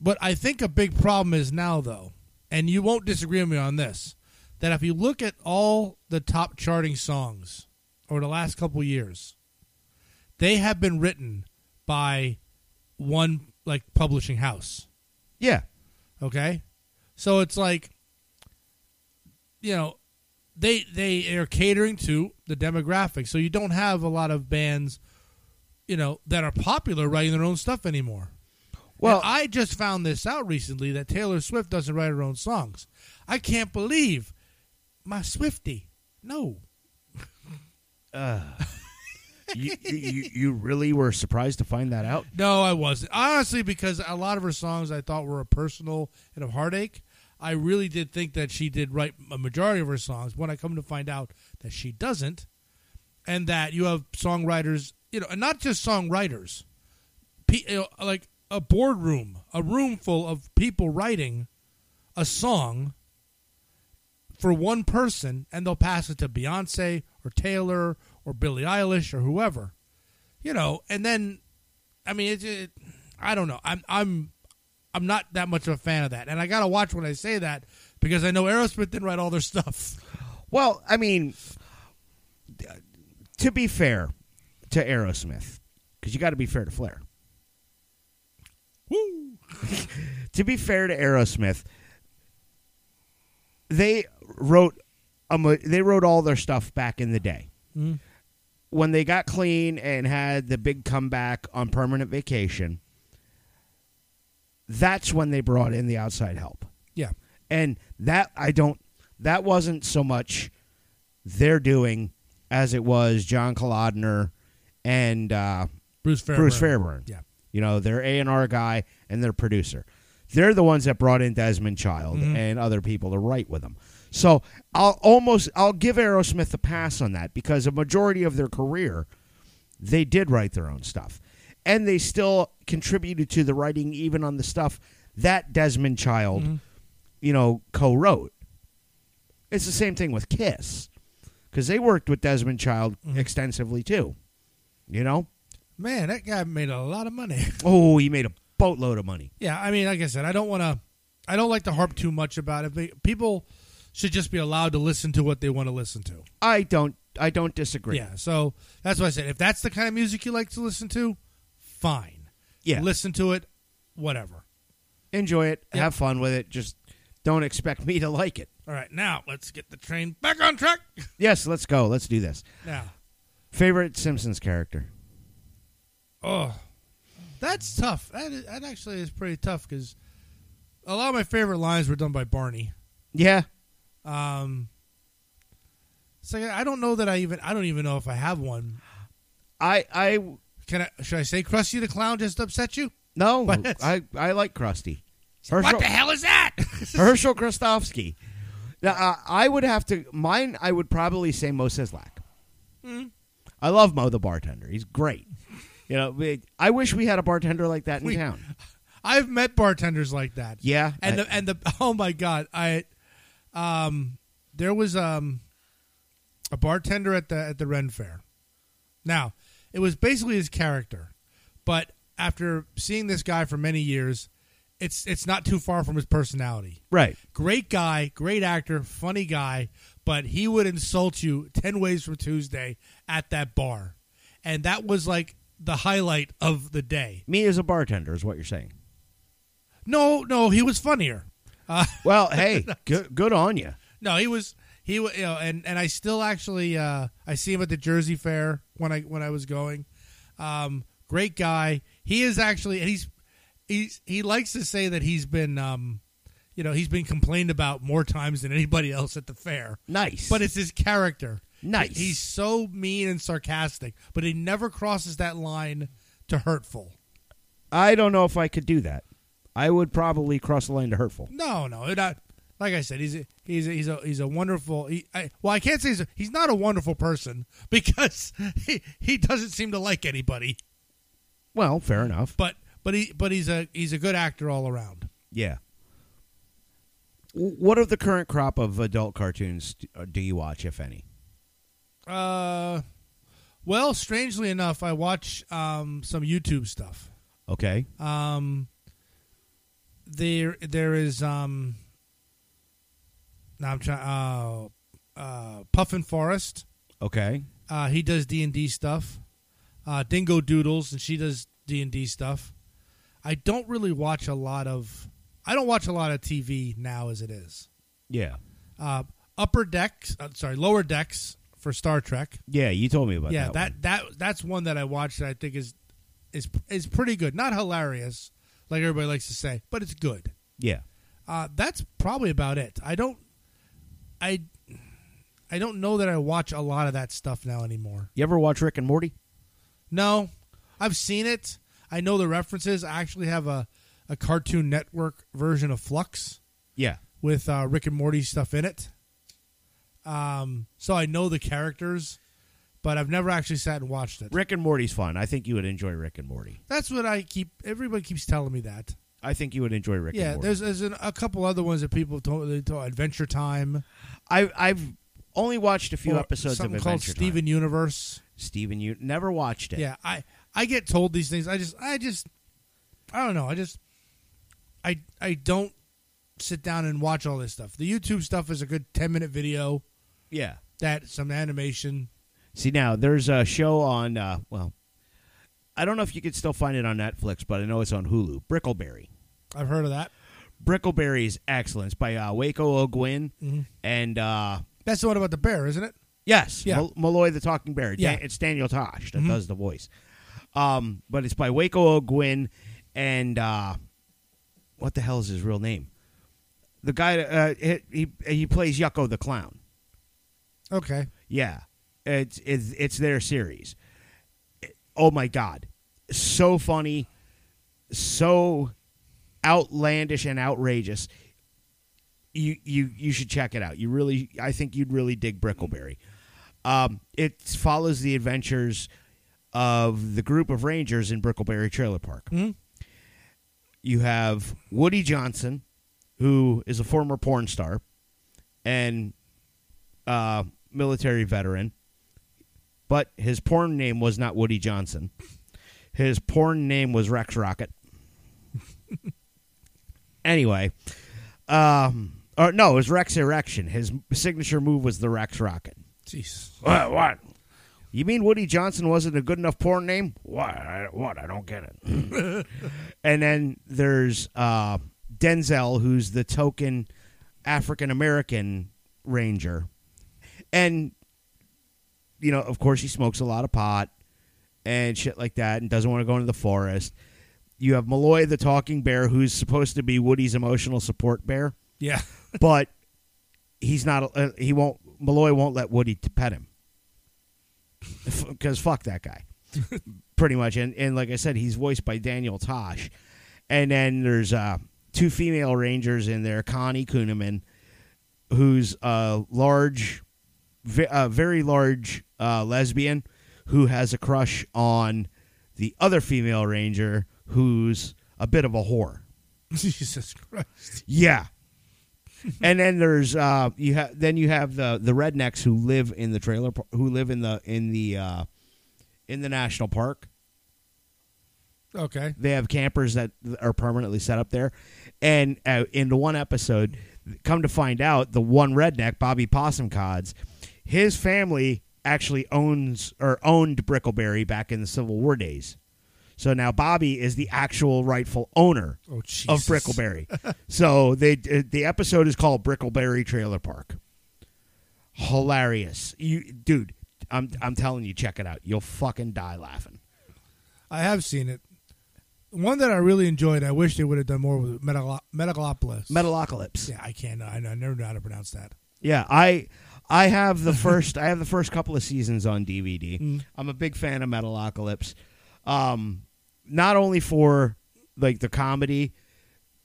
Speaker 2: But I think a big problem is now, though, and you won't disagree with me on this, that if you look at all the top charting songs over the last couple years, they have been written by one like publishing house.
Speaker 1: Yeah.
Speaker 2: Okay, so it's like, you know, they they are catering to the demographic, so you don't have a lot of bands, you know, that are popular writing their own stuff anymore.
Speaker 1: Well,
Speaker 2: Well, I just found this out recently that Taylor Swift doesn't write her own songs. I can't believe my Swifty. No,
Speaker 1: *laughs* you, you you really were surprised to find that out?
Speaker 2: no, I wasn't honestly because a lot of her songs I thought were a personal and a heartache. I really did think that she did write a majority of her songs. When I come to find out that she doesn't, and that you have songwriters, you know, and not just songwriters, pe- you know, like a boardroom, a room full of people writing a song for one person, and they'll pass it to Beyonce or Taylor or Billie Eilish or whoever, you know, and then, I mean, it, it, I don't know, I'm I'm I'm not that much of a fan of that, and I gotta watch when I say that because I know Aerosmith didn't write all their stuff. *laughs*
Speaker 1: Well, I mean, to be fair to Aerosmith, because you got to be fair to Flair.
Speaker 2: Woo!
Speaker 1: *laughs* to be fair to Aerosmith, they wrote a, mo- they wrote all their stuff back in the day
Speaker 2: Mhm.
Speaker 1: when they got clean and had the big comeback on permanent vacation. That's when they brought in the outside help,
Speaker 2: Yeah.
Speaker 1: and that I don't that wasn't so much their doing as it was John Kolodner and uh,
Speaker 2: Bruce Fairburn.
Speaker 1: Bruce Fairburn.
Speaker 2: Yeah.
Speaker 1: You know, their A and R guy and their producer. They're the ones that brought in Desmond Child
Speaker 2: Mhm.
Speaker 1: and other people to write with them. So I'll almost I'll give Aerosmith a pass on that because a majority of their career they did write their own stuff. And they still contributed to the writing even on the stuff that Desmond Child, you know, co wrote. It's the same thing with Kiss. Because they worked with Desmond Child extensively too. You know?
Speaker 2: Man, that guy made a lot of money. *laughs*
Speaker 1: Oh, he made a boatload of money.
Speaker 2: Yeah, I mean, like I said, I don't want to. I don't like to harp too much about it. But people should just be allowed to listen to what they want to listen to.
Speaker 1: I don't. I don't disagree.
Speaker 2: Yeah, so that's what I said. If that's the kind of music you like to listen to, fine.
Speaker 1: Yeah.
Speaker 2: listen to it, whatever.
Speaker 1: Enjoy it.
Speaker 2: Yeah.
Speaker 1: Have fun with it. Just don't expect me to like it.
Speaker 2: All right, now let's get the train back on track. *laughs*
Speaker 1: Yes, let's go. Let's do this.
Speaker 2: Now,
Speaker 1: Favorite Simpsons character?
Speaker 2: oh, that's tough. That, is, that actually is pretty tough because a lot of my favorite lines were done by Barney.
Speaker 1: Yeah.
Speaker 2: Um, so yeah, I don't know that I even I don't even know if I have one.
Speaker 1: I I
Speaker 2: Can I? Should I say Krusty the Clown just upset you?
Speaker 1: no.
Speaker 2: *laughs* What?
Speaker 1: I I like Krusty.
Speaker 2: What the hell is that?
Speaker 1: Herschel Kristofsky. Now, uh, I would have to mine. I would probably say Mo Sislak.
Speaker 2: Hmm.
Speaker 1: I love Mo the bartender. He's great. You know, we- I wish we had a bartender like that in
Speaker 2: We- *laughs*
Speaker 1: town.
Speaker 2: I've met bartenders like that.
Speaker 1: Yeah,
Speaker 2: and
Speaker 1: I-
Speaker 2: the and the *laughs* oh my god, I, um, there was um, a bartender at the at the Ren Fair. Now, it was basically his character, but after seeing this guy for many years, it's it's not too far from his personality.
Speaker 1: right.
Speaker 2: Great guy, great actor, funny guy, but he would insult you 10 ways from Tuesday at that bar. And that was like the highlight of the day.
Speaker 1: Me as a bartender is what you're saying.
Speaker 2: No, no, he was funnier. Uh,
Speaker 1: *laughs* Well, hey, good, good on you.
Speaker 2: no, he was he wa- you know, and and I still actually uh, I see him at the Jersey Fair when I when I was going. Um, great guy. He is actually and he's he's he likes to say that he's been um, you know he's been complained about more times than anybody else at the fair.
Speaker 1: Nice,
Speaker 2: But it's his character.
Speaker 1: Nice.
Speaker 2: He's so mean and sarcastic, but he never crosses that line to hurtful.
Speaker 1: I don't know if I could do that. I would probably cross the line to hurtful.
Speaker 2: No, no, not. Like I said, he's a, he's a, he's a he's a wonderful. He, I, well, I can't say he's a, he's not a wonderful person *laughs* because he, he doesn't seem to like anybody.
Speaker 1: Well, fair enough.
Speaker 2: But but he but he's a he's a good actor all around.
Speaker 1: Yeah. W- What of the current crop of adult cartoons d- uh, do you watch, if any?
Speaker 2: Uh, well, strangely enough, I watch um some YouTube stuff.
Speaker 1: Okay.
Speaker 2: Um, there there is um. Now I'm trying. Uh, uh, Puffin Forest.
Speaker 1: Okay.
Speaker 2: Uh, he does D and D stuff. Uh, Dingo Doodles, and she does D and D stuff. I don't really watch a lot of. I don't watch a lot of TV now, as it is.
Speaker 1: Yeah.
Speaker 2: Uh, upper decks, uh, sorry, lower decks for Star Trek.
Speaker 1: Yeah, you told me about
Speaker 2: yeah,
Speaker 1: that.
Speaker 2: that, that that's one that I watch that I think is is is pretty good. Not hilarious, like everybody likes to say, but it's good.
Speaker 1: Yeah.
Speaker 2: Uh, that's probably about it. I don't, I, I don't know that I watch a lot of that stuff now anymore.
Speaker 1: You ever watch Rick and Morty?
Speaker 2: No, I've seen it. I know the references. I actually have a, a Cartoon Network version of Flux
Speaker 1: Yeah.
Speaker 2: with uh, Rick and Morty stuff in it. Um, so I know the characters, but I've never actually sat and watched it.
Speaker 1: Rick and Morty's fun. I think you would enjoy Rick and Morty.
Speaker 2: That's what I keep. Everybody keeps telling me that.
Speaker 1: I think you would enjoy Rick
Speaker 2: yeah,
Speaker 1: and Morty.
Speaker 2: there's, there's an, a couple other ones that people told. They told Adventure Time.
Speaker 1: I I've only watched a few
Speaker 2: or
Speaker 1: episodes of
Speaker 2: something
Speaker 1: Adventure
Speaker 2: called Steven
Speaker 1: Time.
Speaker 2: Universe.
Speaker 1: Steven you never watched it.
Speaker 2: Yeah, I I get told these things. I just I just I don't know. I just I I don't sit down and watch all this stuff. The YouTube stuff is a good 10-minute video
Speaker 1: Yeah.
Speaker 2: that some animation.
Speaker 1: See now there's a show on uh, well I don't know if you could still find it on Netflix, but I know it's on Hulu. Brickleberry.
Speaker 2: I've heard of that.
Speaker 1: Brickleberry is excellent. It's by uh, Waco O'Gwin and uh,
Speaker 2: Mm-hmm. That's the one about the bear, isn't it?
Speaker 1: Yes,
Speaker 2: Yeah.
Speaker 1: Mal- Malloy the Talking Bear. Dan-
Speaker 2: Yeah. Mm-hmm.
Speaker 1: it's Daniel Tosh that does the voice. Um, but it's by Waco O'Gwin and uh, what the hell is his real name? The guy uh, he he- he plays Yucko the clown.
Speaker 2: Okay.
Speaker 1: Yeah, it's it's it's their series. Oh my god, so funny, so outlandish and outrageous. You you you should check it out. You really, I think you'd really dig Brickleberry. Um, it follows the adventures of the group of rangers in Brickleberry Trailer Park. You have Woody Johnson, who is a former porn star, and uh, military veteran, but his porn name was not Woody Johnson. His porn name was Rex Rocket. *laughs* anyway, um, or no, it was Rex Erection. His signature move was the Rex Rocket.
Speaker 2: Jeez.
Speaker 1: What? What? You mean Woody Johnson wasn't a good enough porn name? What? I, what? I don't get it. *laughs* and then there's uh, Denzel, who's the token African American ranger, and you know, of course, he smokes a lot of pot and shit like that, and doesn't want to go into the forest. You have Malloy, the talking bear, who's supposed to be Woody's emotional support bear,
Speaker 2: Yeah. *laughs*
Speaker 1: but he's not. Uh, he won't. Malloy won't let Woody to pet him because fuck that guy, pretty much. And and like I said, he's voiced by Daniel Tosh. And then there's uh, two female rangers in there, Connie Kuhneman, who's a large, ve- a very large uh, lesbian who has a crush on the other female ranger who's a bit of a whore.
Speaker 2: Jesus Christ.
Speaker 1: Yeah. *laughs* and then there's uh you have then you have the the rednecks who live in the trailer par- who live in the in the uh in the national park.
Speaker 2: Okay.
Speaker 1: They have campers that are permanently set up there. And uh, in the one episode, come to find out, the one redneck, Bobby Possum Cods, his family actually owns or owned Brickleberry back in the Civil War days. So now Bobby is the actual rightful owner
Speaker 2: Oh, Jesus.
Speaker 1: of Brickleberry. so they uh, the episode is called Brickleberry Trailer Park. Hilarious, you dude. I'm I'm telling you, check it out. You'll fucking die laughing.
Speaker 2: I have seen it. One that I really enjoyed, I wish they would have done more with Metalo- Metalopolis.
Speaker 1: Metalocalypse.
Speaker 2: yeah, I can't. I, I never know how to pronounce that.
Speaker 1: Yeah, I I have the first I have the first couple of seasons on DVD.
Speaker 2: Mm.
Speaker 1: I'm a big fan of Metalocalypse. Um not only for like the comedy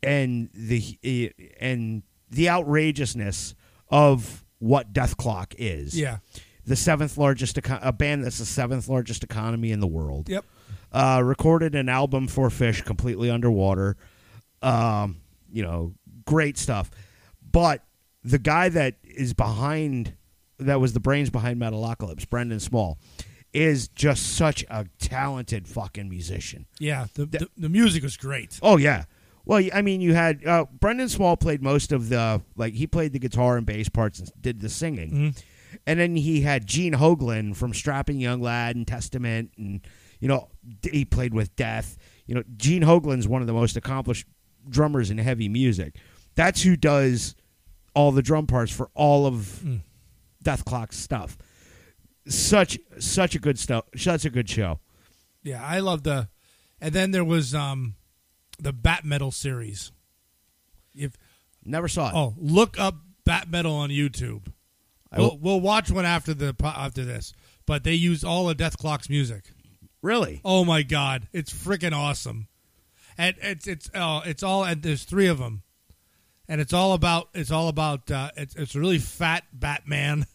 Speaker 1: and the eh, and the outrageousness of what Death Clock is.
Speaker 2: Yeah.
Speaker 1: The seventh largest eco- a band that's the seventh largest economy in the world
Speaker 2: Yep.
Speaker 1: uh, recorded an album for Fish completely underwater. Um, you know, great stuff. But the guy that is behind, that was the brains behind Metalocalypse, Brendan Small, is just such a talented fucking musician.
Speaker 2: Yeah. The, the, the music was great.
Speaker 1: Oh yeah. Well, I mean, you had uh, Brendan Small played most of the like he played the guitar and bass parts and did the singing, and then he had Gene Hoglan from Strapping Young Lad and Testament, and you know d- he played with Death. You know, Gene Hoglan's one of the most accomplished drummers in heavy music. That's who does all the drum parts for all of Death Clock stuff. Such such a good stuff. Such a good show.
Speaker 2: Yeah, I love the. And then there was um, the Bat Metal series. If
Speaker 1: Never saw it.
Speaker 2: oh, look up Bat Metal on YouTube.
Speaker 1: I
Speaker 2: We'll,
Speaker 1: will-
Speaker 2: we'll watch one after the po- after this. But they use all of Death Clock's music.
Speaker 1: really?
Speaker 2: Oh my god, it's freaking awesome. And it's it's uh, it's all and there's three of them, and it's all about it's all about uh, it's it's a really fat Batman,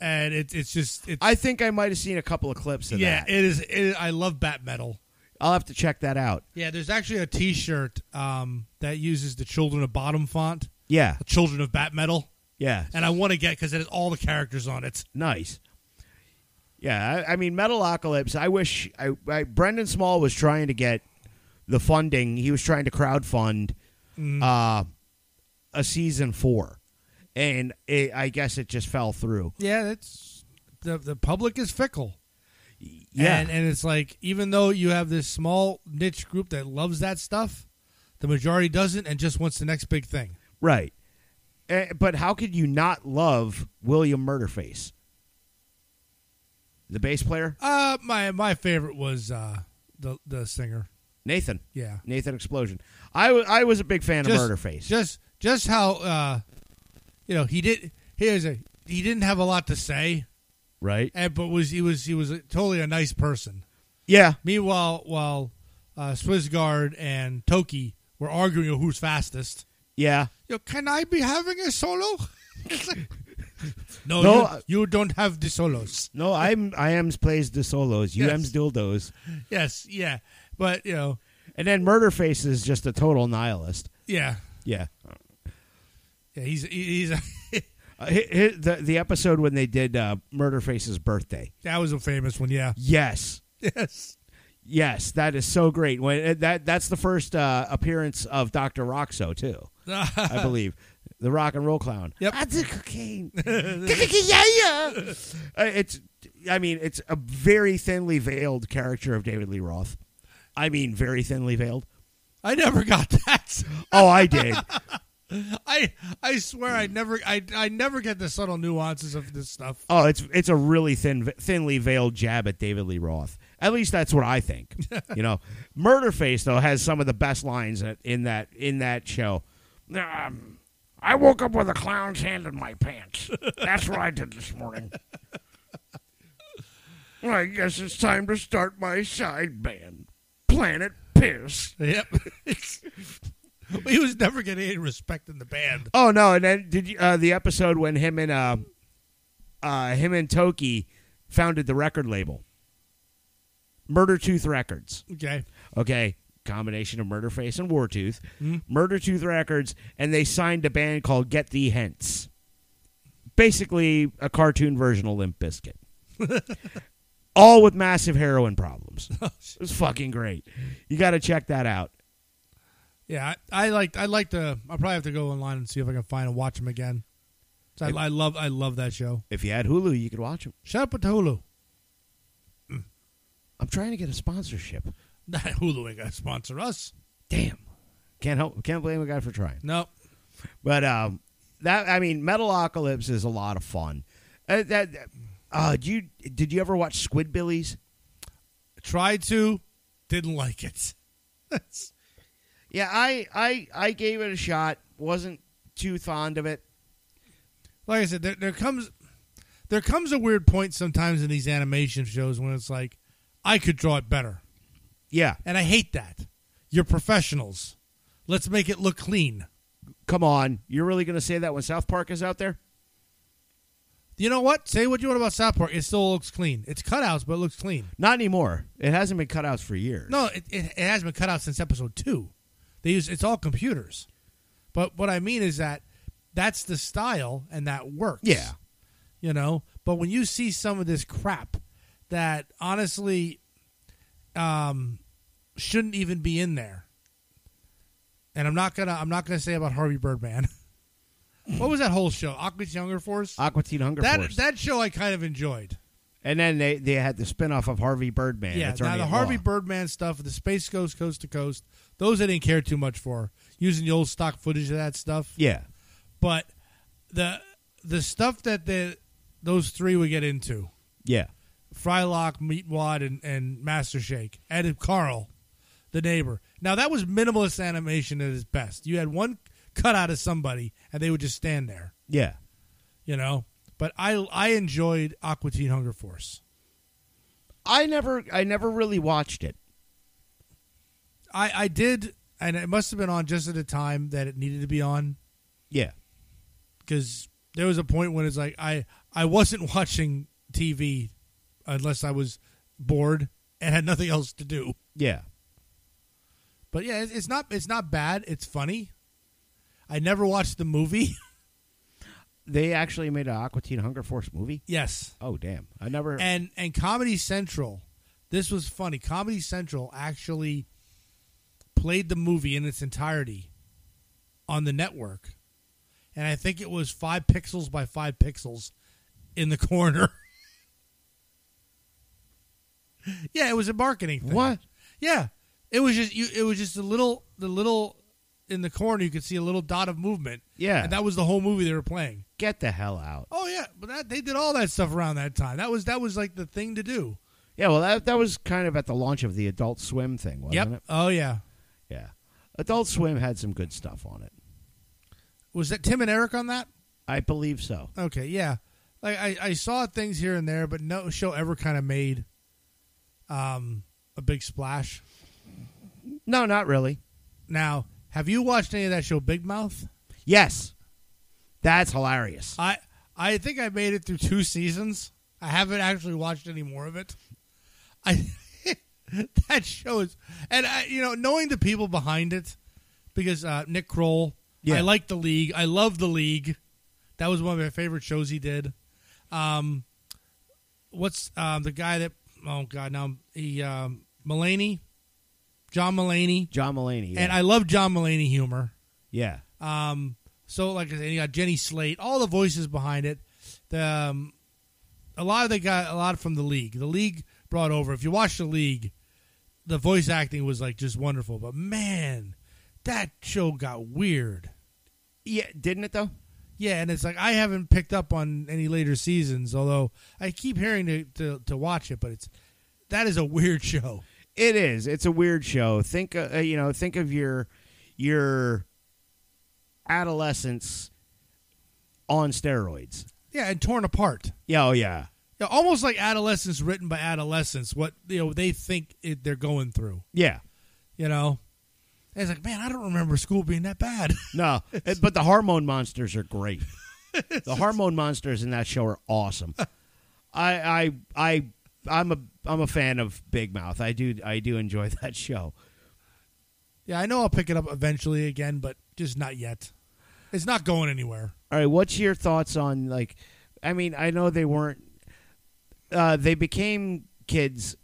Speaker 2: and it's it's just it's
Speaker 1: I think I might have seen a couple of clips of
Speaker 2: yeah
Speaker 1: that.
Speaker 2: it is it, I love Bat Metal.
Speaker 1: I'll have to check that out.
Speaker 2: Yeah, there's actually a T-shirt um, that uses the Children of Bottom font,
Speaker 1: Yeah,
Speaker 2: Children of Bat Metal,
Speaker 1: yeah,
Speaker 2: and I want to get because it has all the characters on it.
Speaker 1: nice. Yeah, I, I mean, Metalocalypse. I wish I, I Brendan Small was trying to get the funding. He was trying to crowdfund
Speaker 2: Mm.
Speaker 1: uh, a season four, and it, I guess it just fell through.
Speaker 2: Yeah, that's the the public is fickle.
Speaker 1: Yeah,
Speaker 2: And, and it's like, even though you have this small niche group that loves that stuff, the majority doesn't and just wants the next big thing.
Speaker 1: right. Eh, but how could you not love William Murderface, the bass player
Speaker 2: Uh, my my favorite was uh, the the singer.
Speaker 1: Nathan?
Speaker 2: Yeah,
Speaker 1: Nathan Explosion. I wa- I was a big fan
Speaker 2: just,
Speaker 1: of Murderface.
Speaker 2: Just just how uh, you know he did. Here's a he didn't have a lot to say,
Speaker 1: right?
Speaker 2: and but was he was he was a, totally a nice person.
Speaker 1: Yeah,
Speaker 2: Meanwhile, while uh, Swissguard and Toki were arguing over who's fastest,
Speaker 1: yeah.
Speaker 2: Yo, can I be having a solo? *laughs* no,
Speaker 1: No,
Speaker 2: you,
Speaker 1: I-
Speaker 2: you don't have the solos.
Speaker 1: No, I'm I am plays the solos. You
Speaker 2: Yes.
Speaker 1: am's dildos.
Speaker 2: Yes, yeah, but you know,
Speaker 1: And then Murderface is just a total nihilist.
Speaker 2: yeah,
Speaker 1: Yeah.
Speaker 2: yeah. He's he- *laughs* he's
Speaker 1: Uh, hi hi the the episode when they did uh, Murderface's birthday.
Speaker 2: *laughs* that was a famous one. Yeah,
Speaker 1: Yes.
Speaker 2: yes,
Speaker 1: Yes, that is so great. When uh, that that's the first uh, appearance of Doctor Roxo too, I believe, the rock and roll clown.
Speaker 2: Yep.
Speaker 1: I do cocaine. yeah, yeah. Uh, It's, I mean, it's a very thinly veiled character of David Lee Roth. I mean, very thinly veiled.
Speaker 2: I never got that.
Speaker 1: Oh, I did.
Speaker 2: I I swear I never I I never get the subtle nuances of this stuff.
Speaker 1: Oh, it's it's a really thin, thinly veiled jab at David Lee Roth. At least that's what I think. you know, Murderface though has some of the best lines that- in that in that show. Um, I woke up with a clown's hand in my pants. That's what I did this morning. Well, I guess it's time to start my side band, Planet Piss.
Speaker 2: Yep. *laughs* he was never getting any respect in the band.
Speaker 1: Oh no! And then did you, uh, the episode when him and uh, uh, him and Toki founded the record label, Murder Tooth Records.
Speaker 2: Okay.
Speaker 1: Okay, combination of Murderface and Wartooth, Murder Tooth Records, and they signed a band called Get Thee Hence. Basically, a cartoon version of Limp Bizkit. All with massive heroin problems. It was fucking great. You got to check that out.
Speaker 2: Yeah, I, I like I like to. I'll probably have to go online and see if I can find and watch him again. 'Cause I, I love I love that show.
Speaker 1: If you had Hulu, you could watch them.
Speaker 2: Shout out to Hulu. *laughs*
Speaker 1: I'm trying to get a sponsorship.
Speaker 2: Not Hulu ain't gonna sponsor us.
Speaker 1: damn can't help can't blame a guy for trying
Speaker 2: No.
Speaker 1: but um that i mean metalocalypse is a lot of fun uh, that uh do you did you ever watch squidbillies
Speaker 2: Tried to, didn't like it. *laughs*
Speaker 1: yeah i i i gave it a shot wasn't too fond of it
Speaker 2: like I said, there, there comes there comes a weird point sometimes in these animation shows when it's like, I could draw it better,
Speaker 1: yeah
Speaker 2: and I hate that. You're professionals. Let's make it look clean.
Speaker 1: come on you're really gonna say that when south park is out there
Speaker 2: You know what? Say what you want about South Park. It still looks clean. It's cutouts, but it looks clean.
Speaker 1: not anymore it hasn't been cutouts for years
Speaker 2: No, it, it, it has been cut out since episode two. They use it's all computers. But what I mean is that that's the style and that works.
Speaker 1: Yeah.
Speaker 2: You know, but when you see some of this crap that honestly um shouldn't even be in there. And I'm not gonna I'm not gonna say about Harvey Birdman. *laughs* what was that whole show? Aqua's Younger Force?
Speaker 1: aqua teen hunger
Speaker 2: that
Speaker 1: force
Speaker 2: that show I kind of enjoyed.
Speaker 1: and then they they had the spin-off of harvey birdman
Speaker 2: Yeah,
Speaker 1: Attorney
Speaker 2: now the
Speaker 1: at
Speaker 2: Harvey
Speaker 1: Law.
Speaker 2: Birdman stuff, the Space Ghost Coast to Coast, those I didn't care too much for. Using the old stock footage of that stuff.
Speaker 1: yeah
Speaker 2: But the the stuff that the those three would get into,
Speaker 1: yeah
Speaker 2: Frylock, Meatwad, and, and Master Shake, and Carl, the neighbor. Now that was minimalist animation at its best. You had one cutout of somebody and they would just stand there,
Speaker 1: yeah
Speaker 2: you know? But I I enjoyed Aqua Teen Hunger Force.
Speaker 1: i never i never really watched it
Speaker 2: I, I did, and it must have been on just at the time that it needed to be on
Speaker 1: yeah
Speaker 2: because there was a point when it's like I I wasn't *laughs* watching TV unless I was bored and had nothing else to do.
Speaker 1: yeah
Speaker 2: But yeah, it's, it's not it's not bad. It's funny. I never watched the movie. *laughs*
Speaker 1: They actually made an Aqua Teen Hunger Force movie.
Speaker 2: yes,
Speaker 1: Oh damn! I never.
Speaker 2: and and Comedy Central. This was funny. Comedy Central actually played the movie in its entirety on the network, and I think it was five pixels by five pixels in the *laughs* corner. yeah, it was a marketing thing.
Speaker 1: What?
Speaker 2: Yeah, it was just you. It was just a little, the little in the corner. You could see a little dot of movement.
Speaker 1: Yeah.
Speaker 2: and that was the whole movie they were playing.
Speaker 1: Get the hell out!
Speaker 2: Oh yeah, but that they did all that stuff around that time. That was that was like the thing to do.
Speaker 1: Yeah, well, that that was kind of at the launch of the Adult Swim thing, wasn't it?
Speaker 2: Oh yeah.
Speaker 1: Yeah, Adult Swim had some good stuff on it.
Speaker 2: Was that Tim and Eric on that?
Speaker 1: I believe so.
Speaker 2: Okay, yeah. Like I, I saw things here and there, but no show ever kind of made um a big splash.
Speaker 1: No, not really.
Speaker 2: Now, have you watched any of that show Big Mouth?
Speaker 1: Yes, that's hilarious.
Speaker 2: I I think I made it through two seasons. I haven't actually watched any more of it. I *laughs* that show is, and I, you know, knowing the people behind it, because uh, Nick Kroll.
Speaker 1: Yeah.
Speaker 2: I like the league. I love the league. That was one of my favorite shows he did. Um, what's um the guy that? Oh God, now I'm- he um Mulaney, John Mulaney,
Speaker 1: John Mulaney. Yeah.
Speaker 2: and I love John Mulaney humor.
Speaker 1: yeah.
Speaker 2: Um, so like I said, you got Jenny Slate, all the voices behind it. The um, a lot of they got a lot from the league. The league brought over. If you watch the league, the voice acting was like just wonderful. But man, that show got weird.
Speaker 1: Yeah, didn't it though?
Speaker 2: Yeah, and it's like I haven't picked up on any later seasons, although I keep hearing to, to, to watch it. But it's that is a weird show.
Speaker 1: It is. It's a weird show. Think uh, you know, think of your your adolescence on steroids.
Speaker 2: Yeah, and torn apart.
Speaker 1: Yeah, oh yeah.
Speaker 2: Yeah, almost like adolescence written by adolescents. What you know they think it, they're going through.
Speaker 1: Yeah.
Speaker 2: You know, and it's like man, I don't remember school being that bad. *laughs*
Speaker 1: No, it- but the hormone monsters are great. The hormone monsters in that show are awesome. I I I I'm a I'm a fan of Big Mouth. I do I do enjoy *laughs* that show.
Speaker 2: yeah, I know I'll pick it up eventually again, but just not yet. It's not going anywhere.
Speaker 1: All right, what's your thoughts on like? I mean, I know they weren't. Uh, they became kids,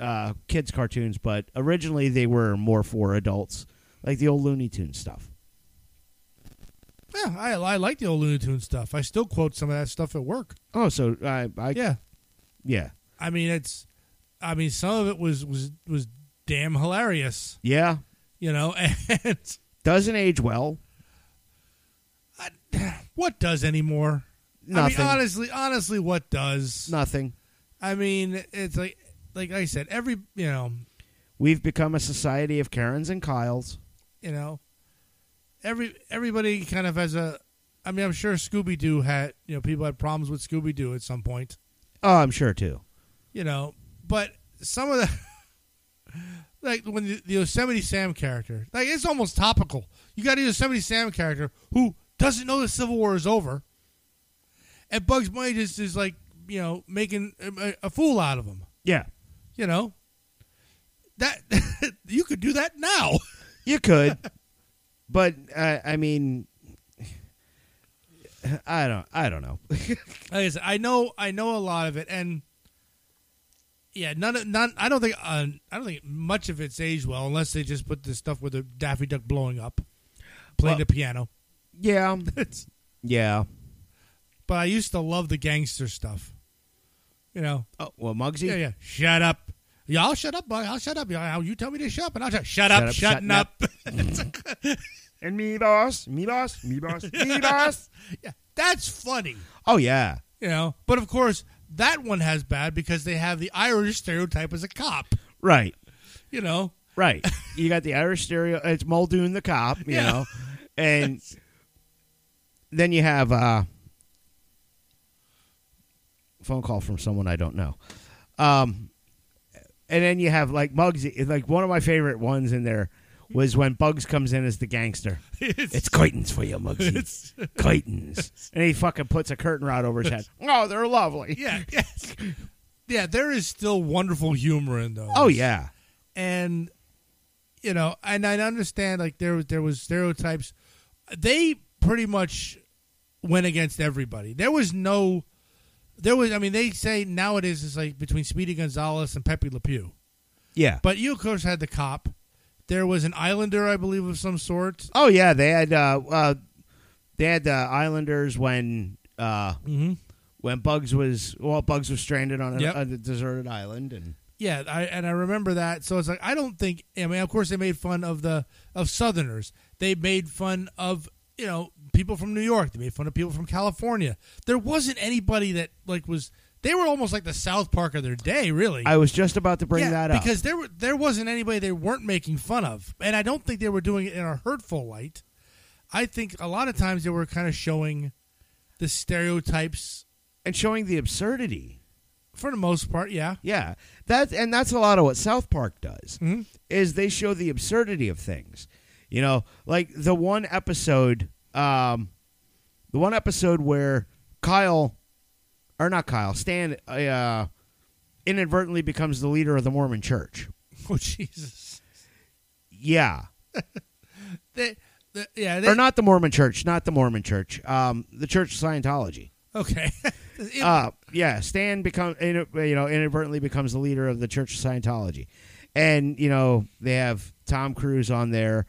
Speaker 1: uh, kids cartoons, but originally they were more for adults, like the old Looney Tunes stuff.
Speaker 2: Yeah, I, I like the old Looney Tunes stuff. I still quote some of that stuff at work.
Speaker 1: Oh, so I, I yeah.
Speaker 2: Yeah,
Speaker 1: yeah,
Speaker 2: I mean it's, I mean some of it was was was damn hilarious.
Speaker 1: yeah,
Speaker 2: You know, *laughs* and
Speaker 1: doesn't age well.
Speaker 2: I, what does anymore?
Speaker 1: Nothing.
Speaker 2: I mean, honestly, honestly, what does?
Speaker 1: Nothing.
Speaker 2: I mean, it's like like I said, every you know,
Speaker 1: We've become a society of Karens and Kyles.
Speaker 2: you know, every everybody kind of has a. I mean, I'm sure Scooby Doo had you know people had problems with Scooby Doo at some point,
Speaker 1: Oh, I'm sure too.
Speaker 2: you know, but some of the *laughs* like when the, the Yosemite Sam character, like it's almost topical. You got a Yosemite Sam character who doesn't know the Civil War is over, and Bugs Bunny just is like you know making a, a fool out of him.
Speaker 1: Yeah,
Speaker 2: you know that *laughs* you could do that now
Speaker 1: you
Speaker 2: *laughs*
Speaker 1: could, but uh, I mean, I don't. I don't know. *laughs*
Speaker 2: like I, said, I know i know a lot of it and yeah none of none i don't think uh, i don't think much of it's aged well unless they just put the stuff with the daffy duck blowing up playing
Speaker 1: Well-
Speaker 2: the piano *laughs*
Speaker 1: yeah,
Speaker 2: It's-
Speaker 1: yeah.
Speaker 2: but i used to love the gangster stuff you know
Speaker 1: Oh well, Muggsy.
Speaker 2: yeah yeah shut up yeah, I'll shut up, buddy. I'll shut up. Yeah, You tell me to shut up, and I'll shut, shut up.
Speaker 1: up,
Speaker 2: shutting
Speaker 1: shutting
Speaker 2: up.
Speaker 1: up. And me boss, me boss, me boss, me *laughs* boss.
Speaker 2: *laughs* yeah, that's funny.
Speaker 1: Oh yeah,
Speaker 2: You know, but of course that one has bad because they have the Irish stereotype as a cop.
Speaker 1: right,
Speaker 2: You know, *laughs*
Speaker 1: right. You got the Irish stereo. It's Muldoon the cop, you
Speaker 2: Yeah.
Speaker 1: know,
Speaker 2: *laughs*
Speaker 1: and then you have uh, phone call from someone I don't know. Um, and then you have like Muggsy. Like one of my favorite ones in there was when Bugs comes in as the gangster.
Speaker 2: it's
Speaker 1: It's curtains for you,
Speaker 2: *laughs*
Speaker 1: Muggsy. Curtains, and he fucking puts a curtain rod over
Speaker 2: *laughs*
Speaker 1: his head. Oh, they're lovely.
Speaker 2: yeah, *laughs* yes, yeah. There is still wonderful humor in those.
Speaker 1: Oh yeah.
Speaker 2: and you know, and I understand like there was there was stereotypes. They pretty much went against everybody. There was no, there was. I mean, they say nowadays it's like between Speedy Gonzalez and Pepe Le Pew.
Speaker 1: Yeah.
Speaker 2: But you of course had the cop. There was an Islander, I believe, of some sort.
Speaker 1: Oh yeah, they had uh, uh they had the Islanders when uh
Speaker 2: Mm-hmm.
Speaker 1: when Bugs was well Bugs was stranded on a,
Speaker 2: Yep.
Speaker 1: a deserted island and
Speaker 2: Yeah, I, and I remember that. So it's like I don't think. I mean, of course, they made fun of the of Southerners. They made fun of you know people from New York. They made fun of people from California. There wasn't anybody that like was. They were almost like the South Park of their day, really.
Speaker 1: I was just about to bring
Speaker 2: Yeah,
Speaker 1: that up.
Speaker 2: because there were there wasn't anybody they weren't making fun of, and I don't think they were doing it in a hurtful light. I think a lot of times they were kind of showing the stereotypes
Speaker 1: and showing the absurdity.
Speaker 2: for the most part. Yeah, *laughs*
Speaker 1: Yeah. That and that's a lot of what South Park does.
Speaker 2: Mhm.
Speaker 1: Is they show the absurdity of things. You know, like the one episode um the one episode where Kyle or not Kyle, Stan uh inadvertently becomes the leader of the Mormon church.
Speaker 2: oh Jesus.
Speaker 1: Yeah.
Speaker 2: They, they, yeah, they,
Speaker 1: or not the Mormon Church, not the Mormon Church, um, the Church of Scientology.
Speaker 2: Okay. *laughs* It-
Speaker 1: uh, yeah, Stan becomes you know inadvertently becomes the leader of the Church of Scientology, and you know they have Tom Cruise on there,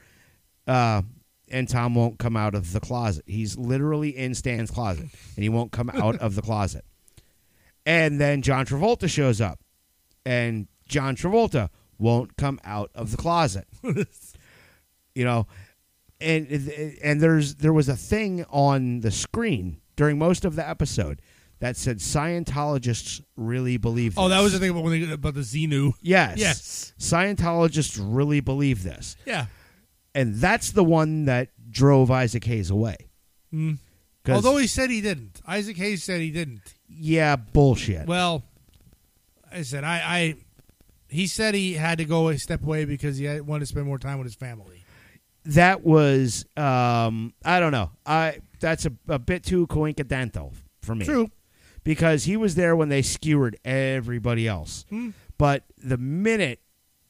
Speaker 1: uh, and Tom won't come out of the closet. He's literally in Stan's closet, and he won't come out of the closet. And then John Travolta shows up, and John Travolta won't come out of the
Speaker 2: *laughs*
Speaker 1: closet. you know, and and there's there was a thing on the screen during most of the episode that said Scientologists really believe.
Speaker 2: oh, that
Speaker 1: this."
Speaker 2: was the thing about when they, about the Xenu.
Speaker 1: yes,
Speaker 2: Yes.
Speaker 1: Scientologists really believe this,
Speaker 2: Yeah.
Speaker 1: and that's the one that drove Isaac Hayes away.
Speaker 2: Mm.
Speaker 1: 'Cause-
Speaker 2: Although he said he didn't. Isaac Hayes said he didn't.
Speaker 1: yeah, bullshit.
Speaker 2: Well, I said I, I. He said he had to go a step away because he had, wanted to spend more time with his family.
Speaker 1: that was um, I don't know. I that's a, a bit too coincidental for me.
Speaker 2: True.
Speaker 1: because he was there when they skewered everybody else. But the minute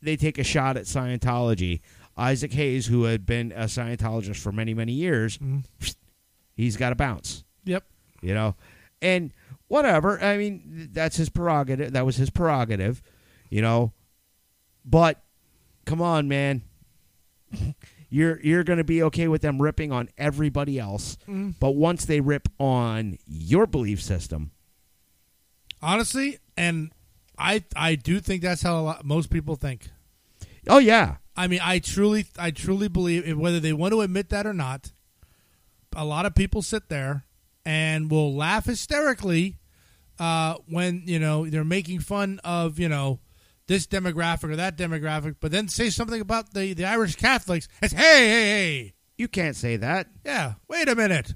Speaker 1: they take a shot at Scientology, Isaac Hayes, who had been a Scientologist for many, many years, he's got to bounce,
Speaker 2: Yep.
Speaker 1: you know? And whatever. I mean, th- that's his prerogative. That was his prerogative, you know? But come on, man. *laughs* You're, you're going to be okay with them ripping on everybody else. But once they rip on your belief system,
Speaker 2: Honestly, and I I do think that's how a lot, most people think.
Speaker 1: Oh yeah,
Speaker 2: I mean, I truly I truly believe it- whether they want to admit that or not. A lot of people sit there and will laugh hysterically uh, when you know they're making fun of you know this demographic or that demographic, but then say something about the the Irish Catholics. It's hey hey hey.
Speaker 1: you can't say that.
Speaker 2: yeah wait a minute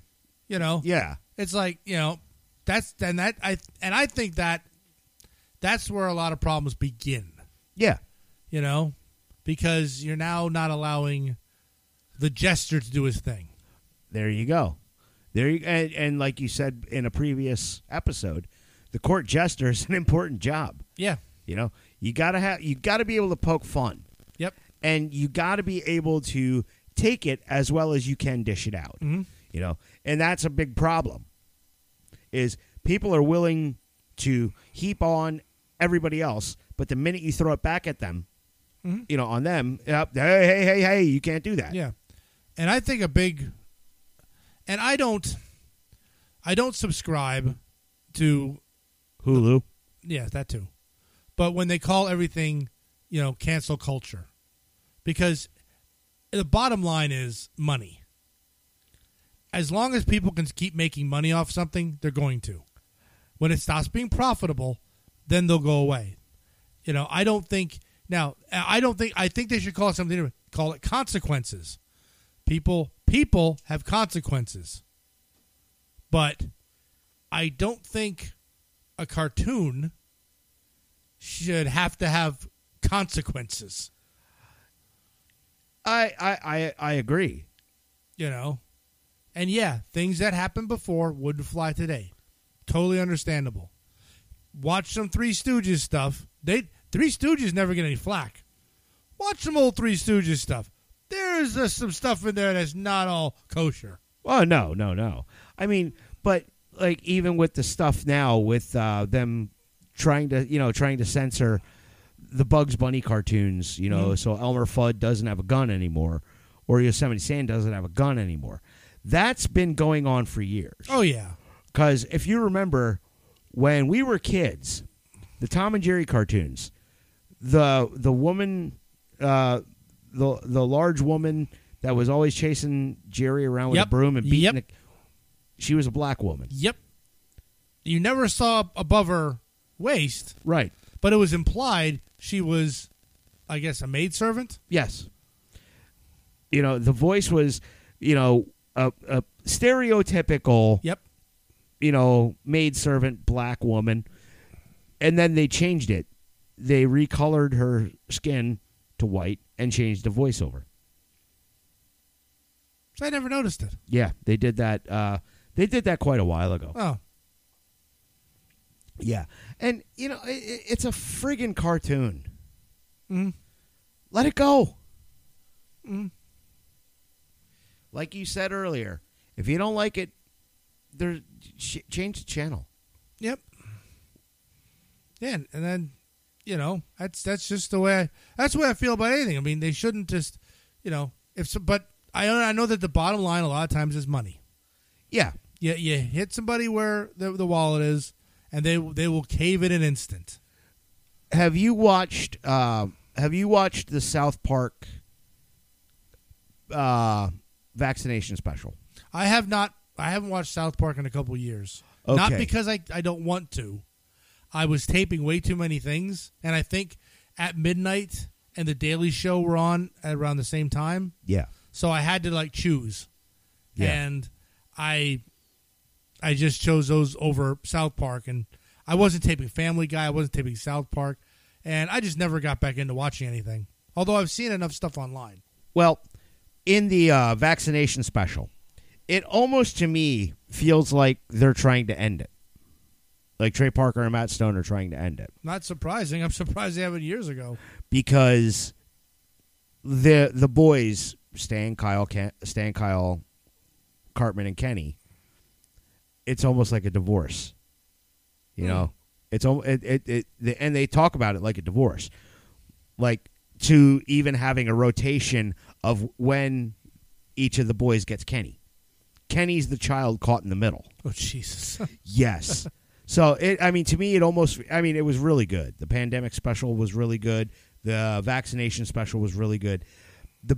Speaker 2: you know
Speaker 1: Yeah,
Speaker 2: it's like you know that's and that i and i think that that's where a lot of problems begin
Speaker 1: yeah,
Speaker 2: you know because you're now not allowing the jester to do his thing
Speaker 1: there you go. There you and, and like you said in a previous episode, the court jester is an *laughs* important job.
Speaker 2: yeah
Speaker 1: You know, you gotta have you gotta be able to poke fun,
Speaker 2: yep
Speaker 1: and you gotta be able to take it as well as you can dish it out.
Speaker 2: Mhm.
Speaker 1: You know, and that's a big problem. Is people are willing to heap on everybody else, but the minute you throw it back at them,
Speaker 2: Mhm.
Speaker 1: you know, on them, yep, hey, hey, hey, hey, you can't do that.
Speaker 2: yeah and i think a big and i don't i don't subscribe to
Speaker 1: Hulu.
Speaker 2: Yeah, that too. But when they call everything, you know, cancel culture, because the bottom line is money. As long as people can keep making money off something, they're going to. When it stops being profitable, then they'll go away. You know, I don't think now. I don't think I think they should call it something different. Call it consequences. People, people have consequences. But I don't think a cartoon should have to have consequences.
Speaker 1: I, I, I, I agree.
Speaker 2: You know, and yeah, things that happened before wouldn't fly today. Totally understandable. Watch some Three Stooges stuff. They Three Stooges never get any flack. Watch some old Three Stooges stuff. There's uh, some stuff in there that's not all kosher.
Speaker 1: Oh no, no, no. I mean, but like even with the stuff now with uh, them trying to, you know, trying to censor the Bugs Bunny cartoons, you know, so Elmer Fudd doesn't have a gun anymore, or Yosemite Sam doesn't have a gun anymore. That's been going on for years.
Speaker 2: Oh yeah,
Speaker 1: Because if you remember, when we were kids, the Tom and Jerry cartoons, the the woman, uh, the the large woman that was always chasing Jerry around with
Speaker 2: Yep.
Speaker 1: a broom and beating,
Speaker 2: Yep.
Speaker 1: the, she was a black woman,
Speaker 2: yep. You never saw above her waist.
Speaker 1: right?
Speaker 2: but it was implied she was, I guess, a maidservant.
Speaker 1: Yes. You know, the voice was, you know, a, a stereotypical,
Speaker 2: Yep.
Speaker 1: you know, maidservant black woman, and then they changed it. They recolored her skin to white and changed the voiceover.
Speaker 2: So I never noticed it.
Speaker 1: Yeah, they did that. Uh, they did that quite a while ago.
Speaker 2: Oh,
Speaker 1: Yeah, and you know, i i- it's a friggin' cartoon.
Speaker 2: mm,
Speaker 1: Let it go.
Speaker 2: mm.
Speaker 1: Like you said earlier, if you don't like it, There, sh- change the channel.
Speaker 2: Yep. Yeah, and and then you know that's that's just the way I, that's the way I feel about anything. I mean, they shouldn't just you know if so, but I I know that the bottom line a lot of times is money.
Speaker 1: Yeah,
Speaker 2: You, you hit somebody where the, the wallet is, and they they will cave in an instant.
Speaker 1: have you watched uh, have you watched the South Park uh, vaccination special?
Speaker 2: I have not. I haven't watched South Park in a couple years. Not
Speaker 1: Okay.
Speaker 2: because I, I don't want to. I was taping way too many things, and I think at midnight and the Daily Show were on at around the same time,
Speaker 1: Yeah.
Speaker 2: so I had to like choose,
Speaker 1: Yeah.
Speaker 2: and I I just chose those over South Park, and I wasn't taping Family Guy, I wasn't taping South Park, and I just never got back into watching anything. Although I've seen enough stuff online.
Speaker 1: Well, in the uh, vaccination special, it almost to me feels like they're trying to end it. Like Trey Parker and Matt Stone are trying to end it
Speaker 2: Not surprising. I'm surprised they haven't years ago.
Speaker 1: because the the boys Stan Kyle Ken, Stan Kyle Cartman and Kenny it's almost like a divorce you know it's al- it, it, it the, and they talk about it like a divorce like to even having a rotation of when each of the boys gets Kenny Kenny's the child caught in the middle
Speaker 2: *laughs* Oh Jesus.
Speaker 1: Yes. so it. I mean, to me, it almost. I mean, it was really good. The pandemic special was really good. The vaccination special was really good. The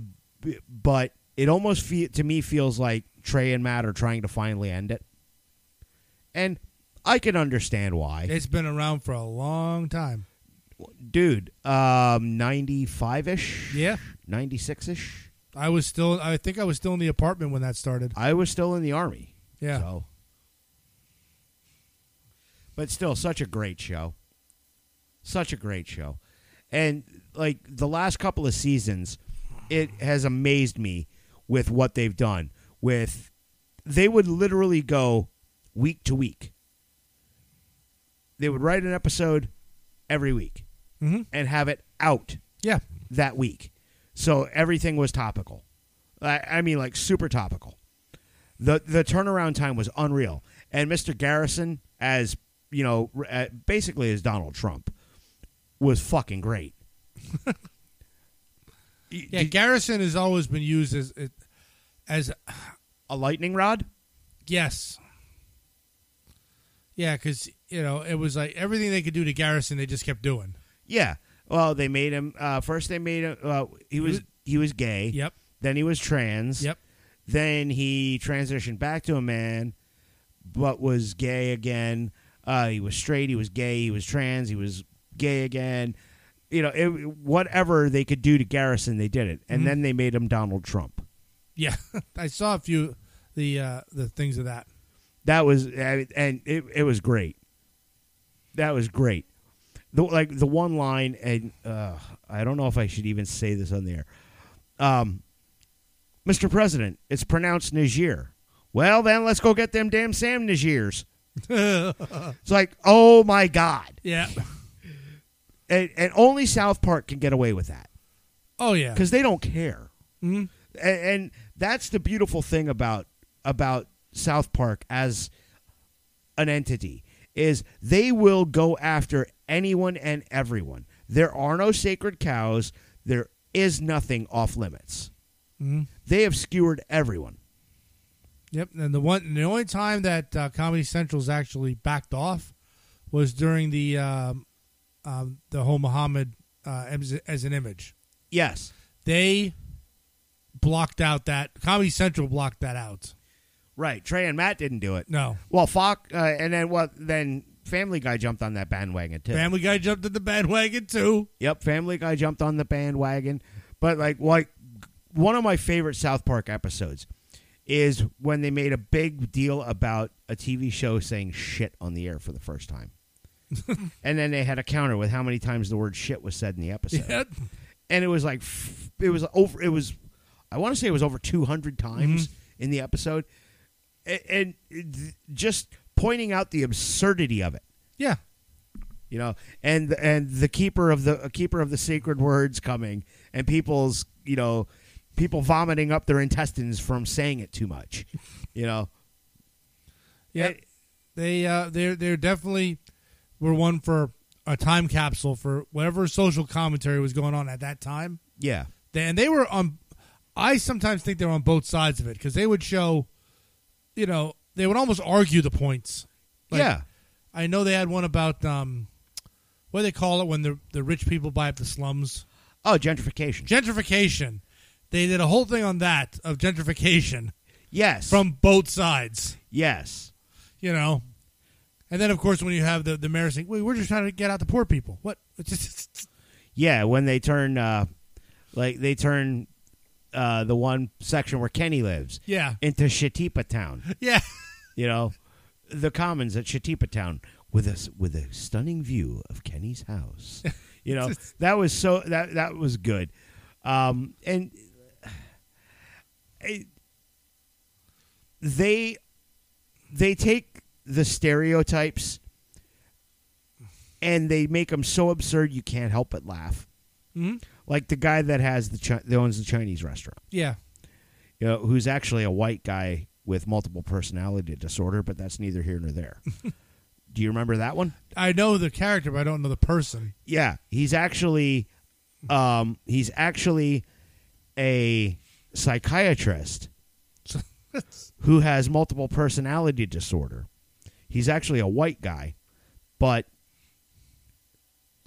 Speaker 1: but it almost fe- to me feels like Trey and Matt are trying to finally end it, and I can understand why,
Speaker 2: *laughs* It's been around for a long time.
Speaker 1: dude. Um, ninety five ish.
Speaker 2: Yeah.
Speaker 1: Ninety six ish.
Speaker 2: I was still I think I was still in the apartment when that started.
Speaker 1: I was still in the army.
Speaker 2: Yeah.
Speaker 1: So. But still, such a great show. Such a great show. And like the last couple of seasons, it has amazed me with what they've done. With they would literally go week to week. They would write an episode every week
Speaker 2: Mhm.
Speaker 1: and have it out
Speaker 2: Yeah.
Speaker 1: that week. So everything was topical. I, I mean, like super topical. The the turnaround time was unreal. And Mr. Garrison, as you know, r- uh, basically as Donald Trump, was fucking *laughs* great. Y-
Speaker 2: Yeah,
Speaker 1: did-
Speaker 2: Garrison has always been used as it- as
Speaker 1: a lightning rod.
Speaker 2: yes. Yeah, cuz you know, it was like everything they could do to Garrison they just kept doing.
Speaker 1: Yeah. Well, they made him. Uh, first, they made him. Uh, he was he was gay.
Speaker 2: Yep.
Speaker 1: Then he was trans.
Speaker 2: Yep.
Speaker 1: Then he transitioned back to a man, but was gay again. Uh, he was straight. He was gay. He was trans. He was gay again. You know, it, whatever they could do to Garrison, they did it. And then they made him Donald Trump.
Speaker 2: Yeah. *laughs* I saw a few the uh the things of that. *laughs*
Speaker 1: That was I- and it, it was great. That was great. The like the one line and uh, I don't know if I should even say this on the air. Um, Mr. President, it's pronounced Niger. Well, then let's go get them damn Sam Nigirs. It's like, oh my god,
Speaker 2: Yeah.
Speaker 1: and, and only South Park can get away with that
Speaker 2: Oh yeah.
Speaker 1: because they don't care.
Speaker 2: Mhm.
Speaker 1: and, and that's the beautiful thing about about South Park as an entity is they will go after anyone and everyone. There are no sacred cows. There is nothing off limits.
Speaker 2: Mhm.
Speaker 1: They have skewered everyone.
Speaker 2: Yep, and the one the only time that uh, Comedy Central's actually backed off was during the um, um, the whole Muhammad uh, as, as an image.
Speaker 1: Yes.
Speaker 2: They blocked out that Comedy Central blocked that out.
Speaker 1: Right. Trey and Matt didn't do it.
Speaker 2: No,
Speaker 1: Well, Fox, uh, and then what? Then Family Guy jumped on that bandwagon too.
Speaker 2: Family Guy jumped at the bandwagon too.
Speaker 1: Yep, Family Guy jumped on the bandwagon. But like like one of my favorite South Park episodes is when they made a big deal about a TV show saying shit on the air for the first time. and then they had a counter with how many times the word shit was said in the
Speaker 2: *laughs*
Speaker 1: episode.
Speaker 2: Yeah.
Speaker 1: And it was like f- it was over it was I want to say it was over 200 times in the episode. A- And, uh, th- just pointing out the absurdity of it
Speaker 2: yeah,
Speaker 1: you know and and the keeper of the keeper of the sacred words coming and people's you know people vomiting up their intestines from saying it too much you know
Speaker 2: Yeah,
Speaker 1: It-
Speaker 2: they uh, they're they're definitely were one for a time capsule for whatever social commentary was going on at that time.
Speaker 1: yeah.
Speaker 2: They, and they were on. I sometimes think they were on both sides of it because they would show, you know, they would almost argue the points. Like,
Speaker 1: yeah.
Speaker 2: I know they had one about um, what do they call it when the the rich people buy up the slums?
Speaker 1: Oh, gentrification.
Speaker 2: Gentrification. They did a whole thing on that of gentrification
Speaker 1: yes.
Speaker 2: from both sides.
Speaker 1: yes.
Speaker 2: you know. And then, of course, when you have the, the mayor saying, "Wait, we're just trying to get out the poor people." What? *laughs* It's just-
Speaker 1: Yeah, when they turn uh like they turn uh the one section where Kenny lives
Speaker 2: yeah,
Speaker 1: into Shatipa town,
Speaker 2: *laughs* yeah,
Speaker 1: you know, the commons at Shatipa town with us with a stunning view of Kenny's house. You know, that was so that that was good. Um and it, they they take the stereotypes and they make them so absurd you can't help but laugh.
Speaker 2: hmm
Speaker 1: like the guy that has the chi- that owns the Chinese restaurant,
Speaker 2: yeah,
Speaker 1: you know, who's actually a white guy with multiple personality disorder, but that's neither here nor there. Do you remember that one?
Speaker 2: I know the character, but I don't know the person.
Speaker 1: Yeah, he's actually, um, he's actually a psychiatrist
Speaker 2: So,
Speaker 1: who has multiple personality disorder. He's actually a white guy, but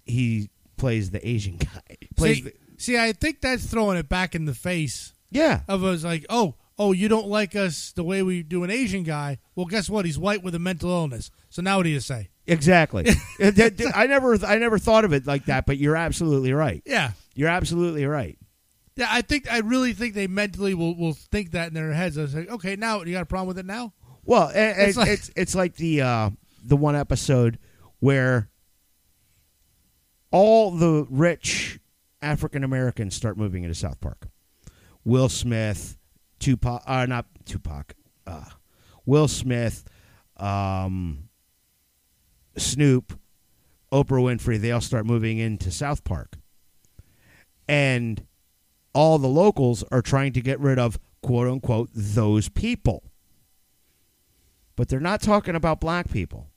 Speaker 1: he plays the Asian guy. Plays
Speaker 2: see,
Speaker 1: the-
Speaker 2: see, I think that's throwing it back in the face
Speaker 1: yeah,
Speaker 2: of us. Like, oh, oh, you don't like us the way we do an Asian guy. Well, guess what? He's white with a mental illness. So now, what do you say?
Speaker 1: Exactly. It- it- it- I never I never thought of it like that, but you're absolutely right.
Speaker 2: Yeah,
Speaker 1: You're absolutely right.
Speaker 2: yeah. I think I really think they mentally will will think that in their heads. I was like, okay, now you got a problem with it now?
Speaker 1: Well, a- a-
Speaker 2: It's
Speaker 1: it's
Speaker 2: like-
Speaker 1: it's, like the uh, the one episode where all the rich African Americans start moving into South Park. Will Smith, Tupac, uh, not Tupac, uh, Will Smith, um, Snoop, Oprah Winfrey, they all start moving into South Park. And all the locals are trying to get rid of, quote unquote, those people. But they're not talking about black people,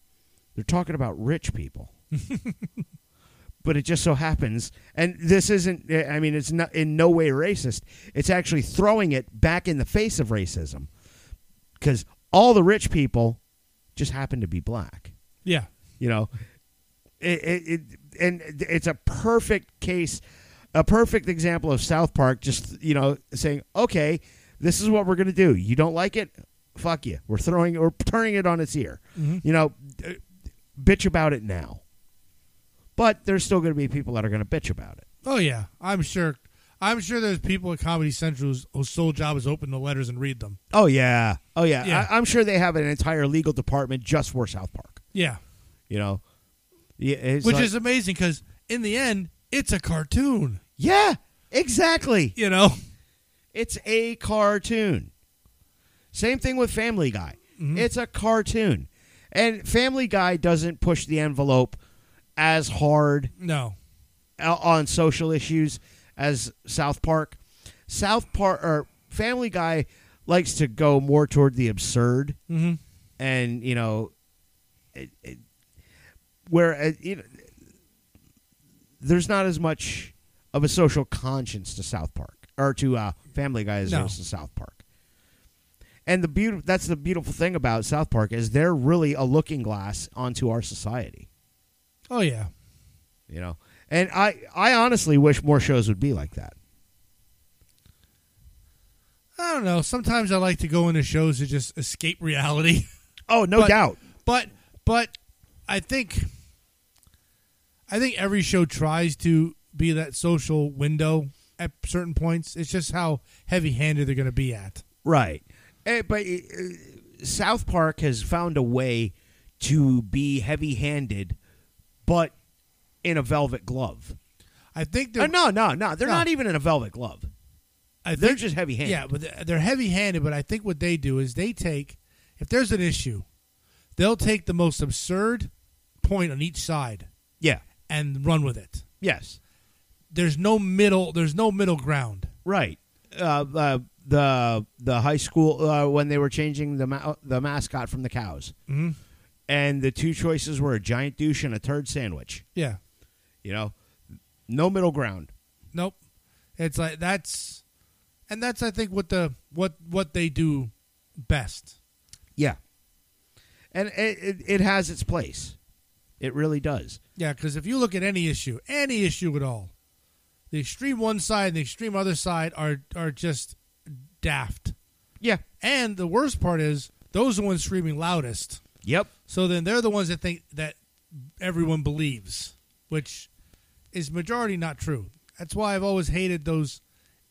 Speaker 1: they're talking about rich people. but it just so happens, and this isn't, I mean, it's not in no way racist. It's actually throwing it back in the face of racism because all the rich people just happen to be black
Speaker 2: Yeah,
Speaker 1: you know it, it, it and it's a perfect case a perfect example of south park just you know saying okay this is what we're going to do you don't like it fuck you we're throwing or turning it on its ear
Speaker 2: Mm-hmm.
Speaker 1: you know d- bitch about it now but there's still going to be people that are going to bitch about it
Speaker 2: Oh yeah, I'm sure. I'm sure there's people at Comedy Central whose, whose sole job is open the letters and read them.
Speaker 1: oh yeah oh yeah,
Speaker 2: Yeah.
Speaker 1: I, i'm sure they have an entire legal department just for south park
Speaker 2: Yeah,
Speaker 1: you know yeah, it's
Speaker 2: which
Speaker 1: like-
Speaker 2: is amazing because in the end, it's a cartoon.
Speaker 1: yeah exactly
Speaker 2: You know?
Speaker 1: It's a cartoon. Same thing with Family Guy. It's a cartoon. And Family Guy doesn't push the envelope as hard
Speaker 2: *laughs* No.
Speaker 1: o- on social issues as South Park. South Park or Family Guy likes to go more toward the absurd
Speaker 2: Mm-hmm.
Speaker 1: and, you know, it, it, where uh, you know, there's not as much of a social conscience to South Park or to uh, Family Guy as
Speaker 2: No.
Speaker 1: there is to South Park. And the beautiful that's the beautiful thing about South Park is they're really a looking glass onto our society,
Speaker 2: Oh yeah.
Speaker 1: you know. And I I honestly wish more shows would be like that.
Speaker 2: I don't know. Sometimes I like to go into shows to just escape reality, *laughs*
Speaker 1: Oh, no
Speaker 2: But-
Speaker 1: doubt.
Speaker 2: but but I think I think every show tries to be that social window at certain points. It's just how heavy-handed they're going to be at.
Speaker 1: Right. Eh, but uh, South Park has found a way to be heavy-handed but in a velvet glove.
Speaker 2: I think
Speaker 1: Uh,
Speaker 2: they're
Speaker 1: no, no, no. They're
Speaker 2: No.
Speaker 1: not even in a velvet glove.
Speaker 2: I
Speaker 1: They're
Speaker 2: think-
Speaker 1: just heavy-handed.
Speaker 2: Yeah, but they're- they're heavy-handed. But I think what they do is they take, if there's an issue, they'll take the most absurd point on each side
Speaker 1: Yeah.
Speaker 2: and run with it.
Speaker 1: Yes.
Speaker 2: There's no middle. There's no middle ground.
Speaker 1: Right. Uh, uh, the the high school uh, when they were changing the ma- the mascot from the cows,
Speaker 2: hmm
Speaker 1: and the two choices were a giant douche and a turd sandwich.
Speaker 2: Yeah.
Speaker 1: You know, no middle ground.
Speaker 2: Nope. It's like that's, and that's I think what the what what they do best.
Speaker 1: Yeah, and it it, it has its place. It really does.
Speaker 2: Yeah, because if you look at any issue, any issue at all, the extreme one side and the extreme other side are are just daft.
Speaker 1: Yeah.
Speaker 2: And the worst part is those are the ones screaming loudest.
Speaker 1: Yep.
Speaker 2: So then they're the ones that think that everyone believes, which is majority not true. That's why I've always hated those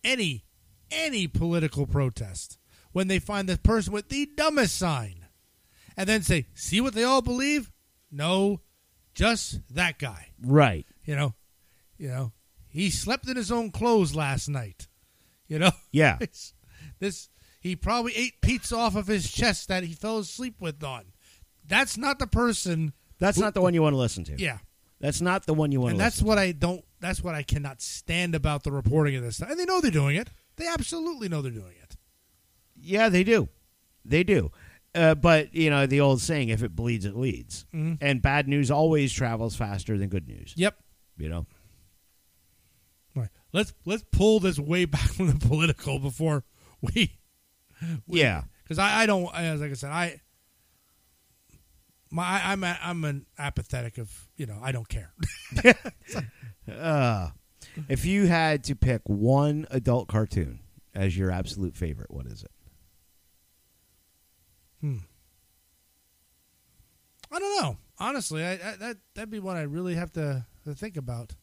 Speaker 2: any any political protest when they find the person with the dumbest sign and then say, "See what they all believe?" No, just that guy.
Speaker 1: Right.
Speaker 2: You know, you know, he slept in his own clothes last night. You know,
Speaker 1: Yeah.
Speaker 2: It's- this he probably ate pizza off of his chest that he fell asleep with on. That's not the person.
Speaker 1: *laughs* That's not the one you want to listen to.
Speaker 2: Yeah,
Speaker 1: That's not the one you want
Speaker 2: and
Speaker 1: to
Speaker 2: that's
Speaker 1: listen.
Speaker 2: what I don't. That's what I cannot stand about the reporting of this. And they know they're doing it. They absolutely know they're doing it.
Speaker 1: Yeah, they do. They do. Uh, but you know the old saying: if it bleeds, it leads.
Speaker 2: Mhm.
Speaker 1: And bad news always travels faster than good news.
Speaker 2: Yep.
Speaker 1: You know.
Speaker 2: Right. Let's let's pull this way back *laughs* from the political before we
Speaker 1: Yeah.
Speaker 2: because I, I don't as like I said I my I, I'm a, I'm an apathetic of you know I don't care.
Speaker 1: Uh, if you had to pick one adult cartoon as your absolute favorite, what is it?
Speaker 2: Hmm. I don't know. Honestly, I, I that that'd be one I really have to, to think about.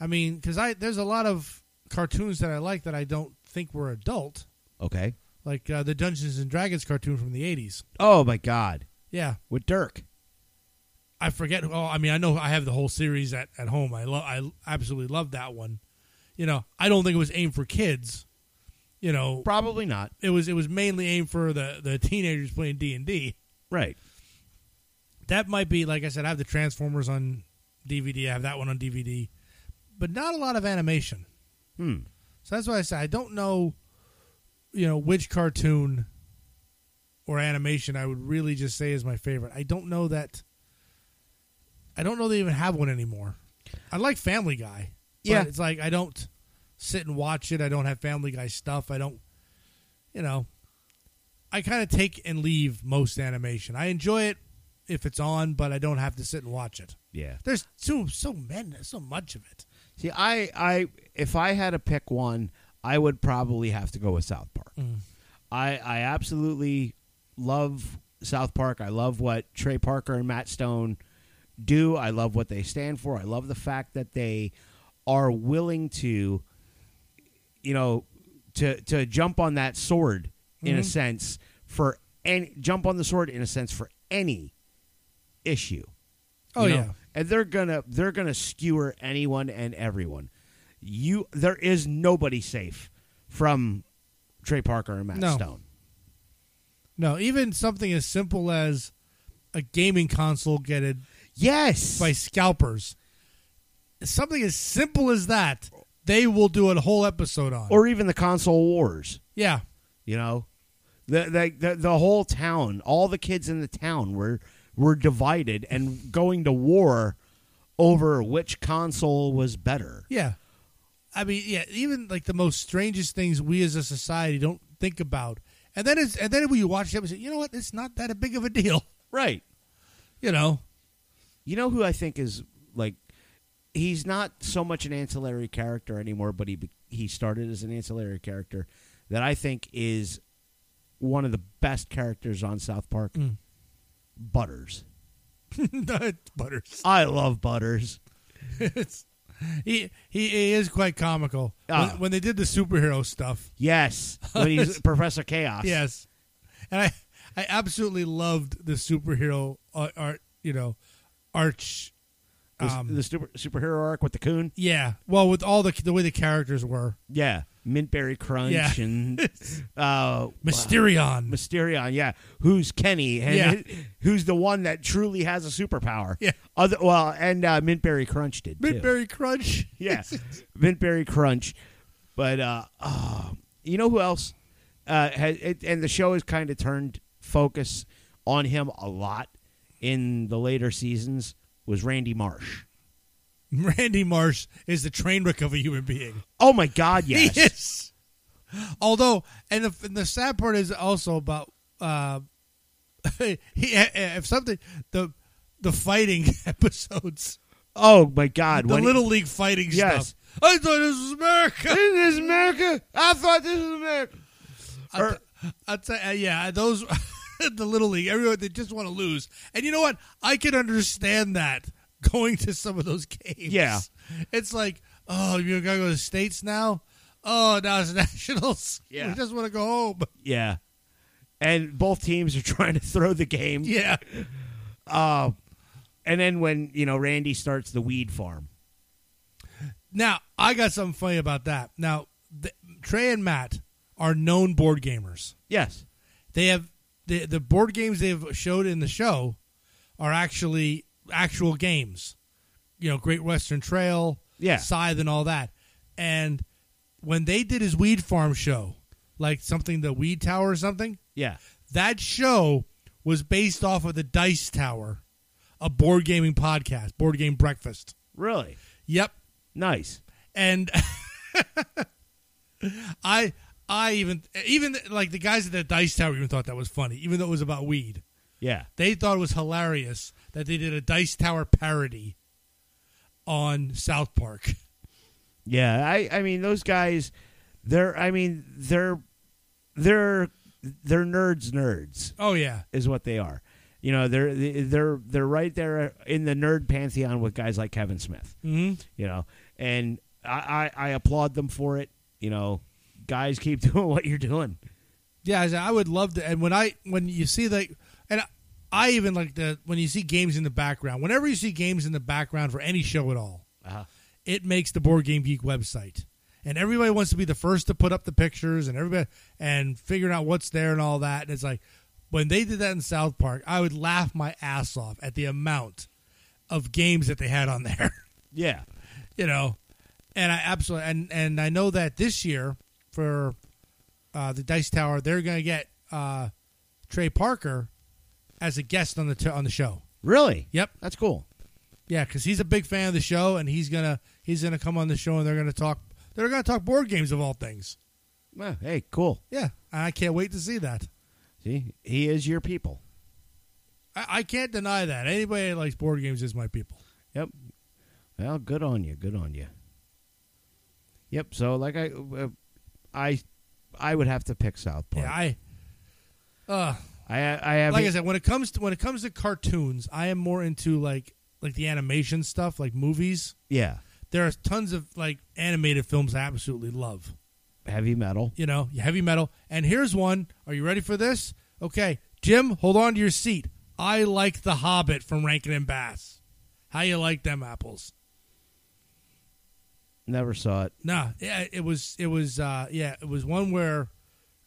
Speaker 2: I mean, because I there's a lot of cartoons that I like that I don't think were adult,
Speaker 1: Okay.
Speaker 2: like uh, the Dungeons and Dragons cartoon from the '80s.
Speaker 1: Oh my God,
Speaker 2: Yeah,
Speaker 1: with Dirk.
Speaker 2: I forget. Oh, I mean, I know I have the whole series at, at home. I love. I absolutely love that one. You know, I don't think it was aimed for kids. You know,
Speaker 1: Probably not.
Speaker 2: it was it was mainly aimed for the the teenagers playing D and D.
Speaker 1: Right.
Speaker 2: that might be like I said. I have the Transformers on DVD. I have that one on DVD, but not a lot of animation.
Speaker 1: Hmm.
Speaker 2: So that's why I said I don't know, you know, which cartoon or animation I would really just say is my favorite. I don't know that. I don't know they even have one anymore. I like Family Guy. but
Speaker 1: Yeah.
Speaker 2: it's like I don't sit and watch it. I don't have Family Guy stuff. I don't, you know, I kind of take and leave most animation. I enjoy it if it's on, but I don't have to sit and watch it.
Speaker 1: Yeah.
Speaker 2: There's too so many, so much of it.
Speaker 1: See, I, I, if I had to pick one, I would probably have to go with South Park. I, I absolutely love South Park. I love what Trey Parker and Matt Stone do. I love what they stand for. I love the fact that they are willing to, you know, to to jump on that sword
Speaker 2: Mm-hmm.
Speaker 1: in a sense for any jump on the sword in a sense for any issue.
Speaker 2: Oh
Speaker 1: you know?
Speaker 2: yeah,
Speaker 1: and they're gonna they're gonna skewer anyone and everyone. You there is nobody safe from Trey Parker and Matt
Speaker 2: No.
Speaker 1: Stone.
Speaker 2: no. Even something as simple as a gaming console getted
Speaker 1: Yes,
Speaker 2: by scalpers. Something as simple as that, they will do a whole episode on.
Speaker 1: or even the console wars.
Speaker 2: yeah,
Speaker 1: You know, the the the, the whole town, all the kids in the town were were divided and going to war over which console was better.
Speaker 2: yeah. I mean, yeah. Even like the most strangest things we as a society don't think about, and then it's and then when you watch the episode, you know what? It's not that big of a deal. *laughs*
Speaker 1: Right.
Speaker 2: You know, *laughs*
Speaker 1: You know who I think is like he's not so much an ancillary character anymore, but he be- he started as an ancillary character that I think is one of the best characters on South Park.
Speaker 2: Mm.
Speaker 1: Butters.
Speaker 2: No, it's Butters. *laughs*
Speaker 1: I love Butters.
Speaker 2: It's- he, he he is quite comical.
Speaker 1: Ah.
Speaker 2: When, when they did the superhero stuff,
Speaker 1: Yes, when he's Professor Chaos.
Speaker 2: Yes, and I I absolutely loved the superhero uh, art. You know, arch.
Speaker 1: the,
Speaker 2: Um,
Speaker 1: the super, superhero arc with the coon.
Speaker 2: yeah. Well, with all the the way the characters were,
Speaker 1: Yeah, Mintberry Crunch
Speaker 2: Yeah.
Speaker 1: and uh,
Speaker 2: Mysterion.
Speaker 1: Mysterion. Yeah, who's Kenny and
Speaker 2: Yeah.
Speaker 1: who- who's the one that truly has a superpower?
Speaker 2: Yeah.
Speaker 1: Other well, and uh, Mintberry Crunch did. too.
Speaker 2: Midberry Crunch.
Speaker 1: Yeah, Mintberry Crunch. But uh, oh, you know who else? uh, has, it, and the show has kind of turned focus on him a lot in the later seasons was Randy Marsh.
Speaker 2: *laughs* Randy Marsh is the train wreck of a human being.
Speaker 1: Oh my God, *laughs* yes.
Speaker 2: *laughs* He is. Although, and the, and the sad part is also about uh, *laughs* he eh, if something the the fighting *laughs* episodes,
Speaker 1: Oh my God,
Speaker 2: the
Speaker 1: when he-
Speaker 2: little league fighting
Speaker 1: Yes.
Speaker 2: stuff. I thought this was America.
Speaker 1: this is America. I thought this was America.
Speaker 2: I th- I'd say, uh, yeah, those *laughs* the little league. Everyone they just want to lose, and you know what? I can understand that *laughs* going to some of those games.
Speaker 1: Yeah.
Speaker 2: it's like, oh, you gotta go to the states now. Oh, now it's *laughs* nationals.
Speaker 1: Yeah.
Speaker 2: we just want to go home. *laughs*
Speaker 1: Yeah, and both teams are *laughs* trying to throw the game.
Speaker 2: Yeah,
Speaker 1: Uh, And then when you know Randy starts the weed farm.
Speaker 2: Now, I got something funny about that. Now, th Trey and Matt are known board gamers.
Speaker 1: Yes.
Speaker 2: They have the the board games they've showed in the show are actually actual games. You know, Great Western Trail,
Speaker 1: Yeah.
Speaker 2: Scythe, and all that. And when they did his weed farm show, like something the Weed Tower or something,
Speaker 1: Yeah.
Speaker 2: that show was based off of the Dice Tower, a board gaming podcast, board game breakfast.
Speaker 1: Really
Speaker 2: Yep,
Speaker 1: nice.
Speaker 2: and *laughs* I I even even like the guys at the Dice Tower even thought that was funny, even though it was about weed.
Speaker 1: Yeah.
Speaker 2: They thought it was hilarious that they did a Dice Tower parody on South Park.
Speaker 1: Yeah. I. I mean, those guys. They're. I mean, they're. They're. They're nerds. Nerds
Speaker 2: Oh yeah,
Speaker 1: is what they are. You know, they're they're they're right there in the nerd pantheon with guys like Kevin Smith.
Speaker 2: mm-hmm.
Speaker 1: you know and I, I i applaud them for it you know guys keep *laughs* doing what you're doing
Speaker 2: yeah. I said, I would love to. And when I when you see like, and I, I even like the when you see games in the background. Whenever you see games in the background for any show at all,
Speaker 1: uh-huh.
Speaker 2: it makes the board game geek website and everybody wants to be the first to put up the pictures and everybody and figuring out what's there and all that and it's like when they did that in south park i would laugh my ass off at the amount of games that they had on there *laughs*
Speaker 1: yeah
Speaker 2: you know and i absolutely and and i know that this year for uh, the dice tower they're gonna get uh, trey parker as a guest on the t- on the show
Speaker 1: really
Speaker 2: yep
Speaker 1: that's cool
Speaker 2: yeah, because he's a big fan of the show, and he's gonna he's gonna come on the show, and they're gonna talk they're gonna talk board games of all things.
Speaker 1: well, hey cool
Speaker 2: Yeah, and I can't wait to see that.
Speaker 1: see he is your people
Speaker 2: I, I can't deny that anybody that likes board games is my people.
Speaker 1: yep well good on you good on you yep so like i uh, i i would have to pick south park
Speaker 2: Yeah, I. Uh,
Speaker 1: i i, have
Speaker 2: like I said, when it comes to when it comes to cartoons, I am more into like like the animation stuff, like movies.
Speaker 1: yeah
Speaker 2: There are tons of like animated films I absolutely love.
Speaker 1: heavy metal
Speaker 2: you know, heavy metal. And here's one. Are you ready for this? Okay, Jim, hold on to your seat. I like The Hobbit from Rankin and Bass. How you like them apples?
Speaker 1: never saw it
Speaker 2: Nah, yeah, it was it was uh yeah, it was one where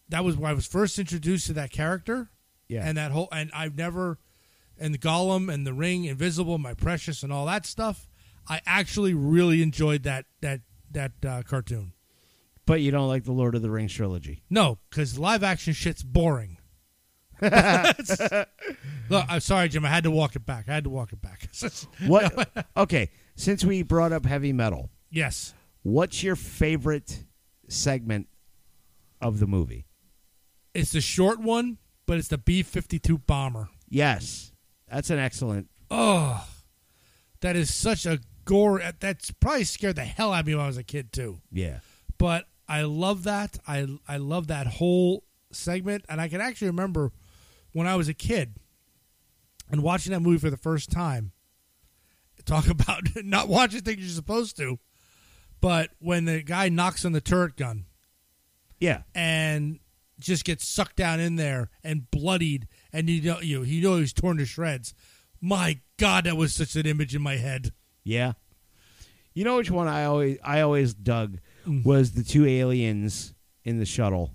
Speaker 2: that was where I was first introduced to that character.
Speaker 1: yeah
Speaker 2: And that whole and I've never and the Gollum and the Ring, Invisible, My Precious and all that stuff. I actually really enjoyed that that that uh, cartoon.
Speaker 1: but you don't like the lord of the rings
Speaker 2: *laughs*
Speaker 1: trilogy
Speaker 2: No, because live action shit's boring. Look, I'm sorry, Jim. I had to walk it back. I had to walk it back. *laughs*
Speaker 1: what okay since we brought up heavy metal
Speaker 2: yes.
Speaker 1: What's your favorite segment of the movie?
Speaker 2: It's the short one, but it's the B 52 bomber.
Speaker 1: Yes, that's an excellent.
Speaker 2: Oh, that is such a gore. That's probably scared the hell out of me when I was a kid, too.
Speaker 1: Yeah,
Speaker 2: But I love that. I, I love that whole segment. And I can actually remember when I was a kid and watching that movie for the first time. Talk *laughs* about not watching things you're supposed to. But when the guy knocks on the turret gun
Speaker 1: yeah,
Speaker 2: and just gets sucked down in there and bloodied, and you know, you he know he's torn to shreds. My God, that was such an image in my head.
Speaker 1: yeah. You know which one I always I always dug
Speaker 2: Mm.
Speaker 1: was the two aliens in the shuttle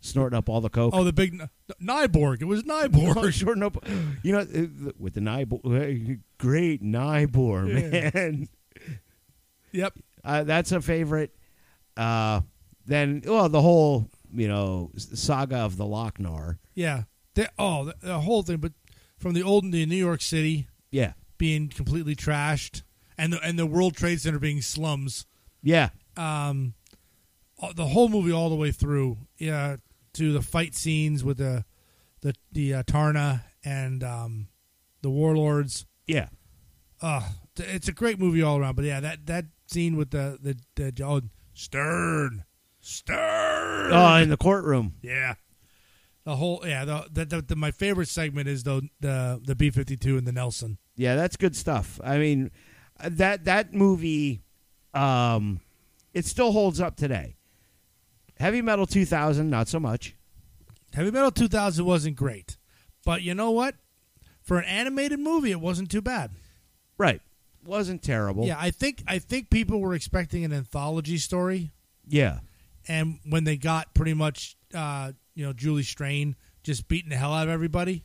Speaker 1: snorting up all the coke.
Speaker 2: Oh, the big N- Nyborg. It was
Speaker 1: *laughs*
Speaker 2: Nyborg.
Speaker 1: snorting up, you know, uh, with the Nibor, great Nibor,
Speaker 2: Yeah.
Speaker 1: man.
Speaker 2: Yep.
Speaker 1: Uh, that's a favorite. Uh, then, well, the whole you know, s- saga of the Lochnar.
Speaker 2: Yeah. They, oh, the, the whole thing, but from the old New York City
Speaker 1: Yeah.
Speaker 2: being completely trashed, and the and the World Trade Center being slums.
Speaker 1: Yeah.
Speaker 2: Um, all- the whole movie all the way through. Yeah, to the fight scenes with the the the uh, Tarna and um, the warlords.
Speaker 1: Yeah.
Speaker 2: Uh, it's a great movie all around. But yeah, that that scene with the the, the oh, Stern, Stern.
Speaker 1: Oh, in the courtroom.
Speaker 2: Yeah. The whole yeah the, the, the, the my favorite segment is the the the B fifty two and the Nelson.
Speaker 1: Yeah, that's good stuff. I mean, uh, that that movie, um, it still holds up today. Heavy Metal 2000, not so much.
Speaker 2: Heavy Metal two thousand wasn't great, but you know what? For an animated movie, it wasn't too bad.
Speaker 1: Right. Wasn't terrible.
Speaker 2: Yeah, I think I think people were expecting an anthology story,
Speaker 1: Yeah.
Speaker 2: and when they got pretty much uh, you know Julie Strain just beating the hell out of everybody,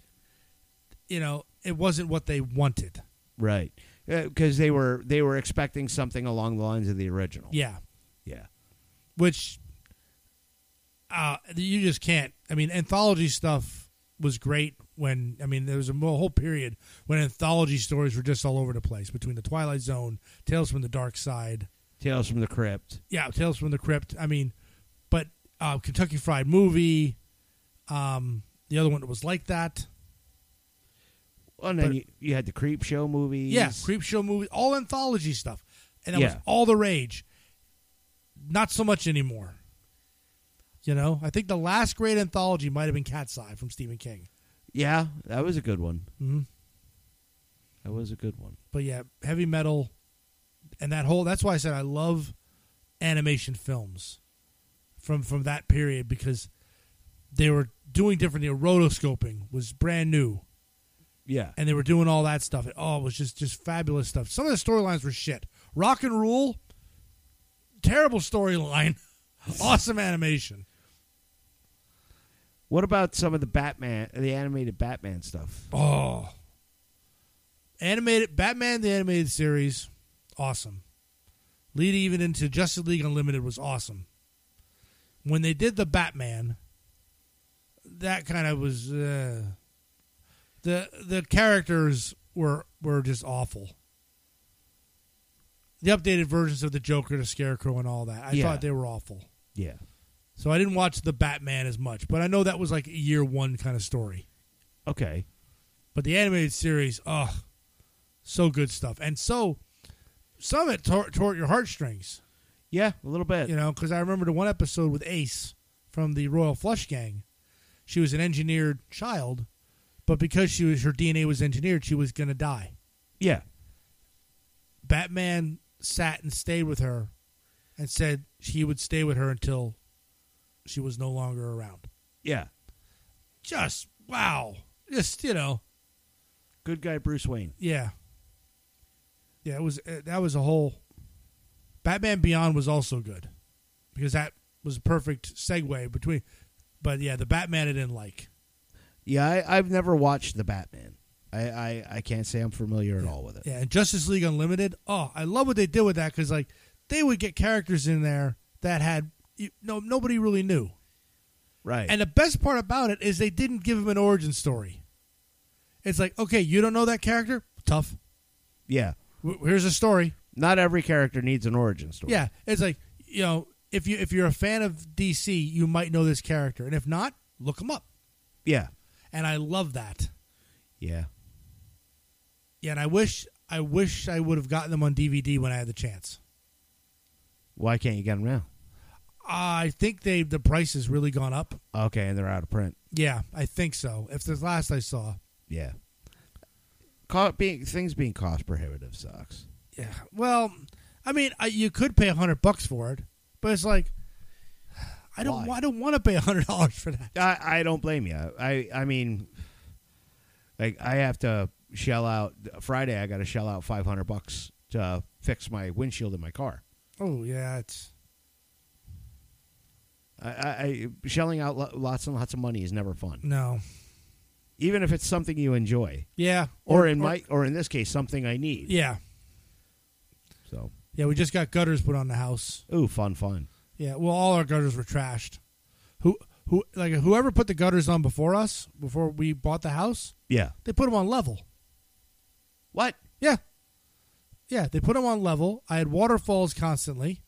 Speaker 2: you know it wasn't what they wanted.
Speaker 1: Right. Because they were they were expecting something along the lines of the original.
Speaker 2: Yeah,
Speaker 1: Yeah.
Speaker 2: which uh, you just can't. I mean, anthology stuff was great when I mean there was a mo- whole period when anthology stories were just all over the place between the Twilight Zone, Tales from the Dark Side,
Speaker 1: Tales from the Crypt.
Speaker 2: yeah, Tales from the Crypt. I mean, but uh, Kentucky Fried Movie, um, the other one that was like that,
Speaker 1: Well, and then
Speaker 2: But-
Speaker 1: you, you had the Creep Show movies.
Speaker 2: yeah, Creep Show movie, all anthology stuff, and that was
Speaker 1: Yeah.
Speaker 2: all the rage. Not so much anymore. You know, I think the last great anthology might have been Cat's Eye from Stephen King.
Speaker 1: Yeah, that was a good one.
Speaker 2: Mm-hmm.
Speaker 1: That was a good one.
Speaker 2: But yeah, heavy metal, and that whole. That's why I said I love animation films from from that period because they were doing different. The rotoscoping was brand new,
Speaker 1: Yeah.
Speaker 2: and they were doing all that stuff. oh, it was just just fabulous stuff. Some of the storylines were shit. Rock and Rule, terrible storyline, *laughs* awesome animation.
Speaker 1: What about some of the Batman, the animated Batman stuff?
Speaker 2: Oh, animated Batman the animated series, awesome. Lead even into Justice League Unlimited was awesome. When they did the Batman, that kind of was uh, the the characters were were just awful. The updated versions of the Joker, the Scarecrow, and all that, I
Speaker 1: Yeah.
Speaker 2: thought they were awful.
Speaker 1: Yeah.
Speaker 2: So I didn't watch the Batman as much, but I know that was like a year one kind of story.
Speaker 1: Okay.
Speaker 2: But the animated series, oh, so good stuff. And so some of it tore, tore at your heartstrings,
Speaker 1: Yeah, a little bit.
Speaker 2: you know, because I remember the one episode with Ace from the Royal Flush Gang. She was an engineered child, but because she was her DNA was engineered, she was going to die.
Speaker 1: Yeah.
Speaker 2: Batman sat and stayed with her and said he would stay with her until she was no longer around.
Speaker 1: Yeah.
Speaker 2: Just wow. Just, you know,
Speaker 1: Good guy Bruce Wayne.
Speaker 2: Yeah. Yeah, it was uh, that was a whole Batman Beyond was also good because that was a perfect segue between but yeah, the Batman I didn't like.
Speaker 1: Yeah, I, I've never watched the Batman. I, I, I can't say I'm familiar at all with it.
Speaker 2: Yeah, and Justice League Unlimited. Oh, I love what they did with that cuz like they would get characters in there that had you, no nobody really knew.
Speaker 1: Right.
Speaker 2: And the best part about it is they didn't give him an origin story. It's like, okay, you don't know that character? Tough.
Speaker 1: yeah.
Speaker 2: W- here's a story.
Speaker 1: Not every character needs an origin story.
Speaker 2: Yeah, it's like you know, if you if you're a fan of DC, you might know this character, and if not, look him up.
Speaker 1: Yeah.
Speaker 2: And I love that.
Speaker 1: Yeah.
Speaker 2: Yeah, and I wish I wish I would have gotten them on DVD when I had the chance.
Speaker 1: Why can't you get them now?
Speaker 2: I think they the price has really gone up.
Speaker 1: Okay, and they're out of print.
Speaker 2: Yeah, I think so. If the last I saw,
Speaker 1: Yeah. Co- being things being cost prohibitive sucks.
Speaker 2: yeah. Well, I mean, I, you could pay a hundred bucks for it, but it's like I don't
Speaker 1: Why?
Speaker 2: I don't want to pay a hundred *laughs* dollars for that.
Speaker 1: I, I don't blame you. I I mean, like I have to shell out Friday. I got to shell out five hundred bucks to fix my windshield in my car.
Speaker 2: Oh yeah, it's
Speaker 1: I, I I- shelling out lo- lots and lots of money is never fun,
Speaker 2: no.
Speaker 1: even if it's something you enjoy,
Speaker 2: Yeah,
Speaker 1: or, in my or in this case something I need.
Speaker 2: yeah
Speaker 1: So,
Speaker 2: yeah. We just got gutters put on the house.
Speaker 1: ooh, fun, fun.
Speaker 2: Yeah, well, all our gutters were trashed. who who like whoever put the gutters on before us before we bought the house,
Speaker 1: Yeah.
Speaker 2: they put them on level.
Speaker 1: What?
Speaker 2: Yeah. Yeah, they put them on level. I had waterfalls constantly.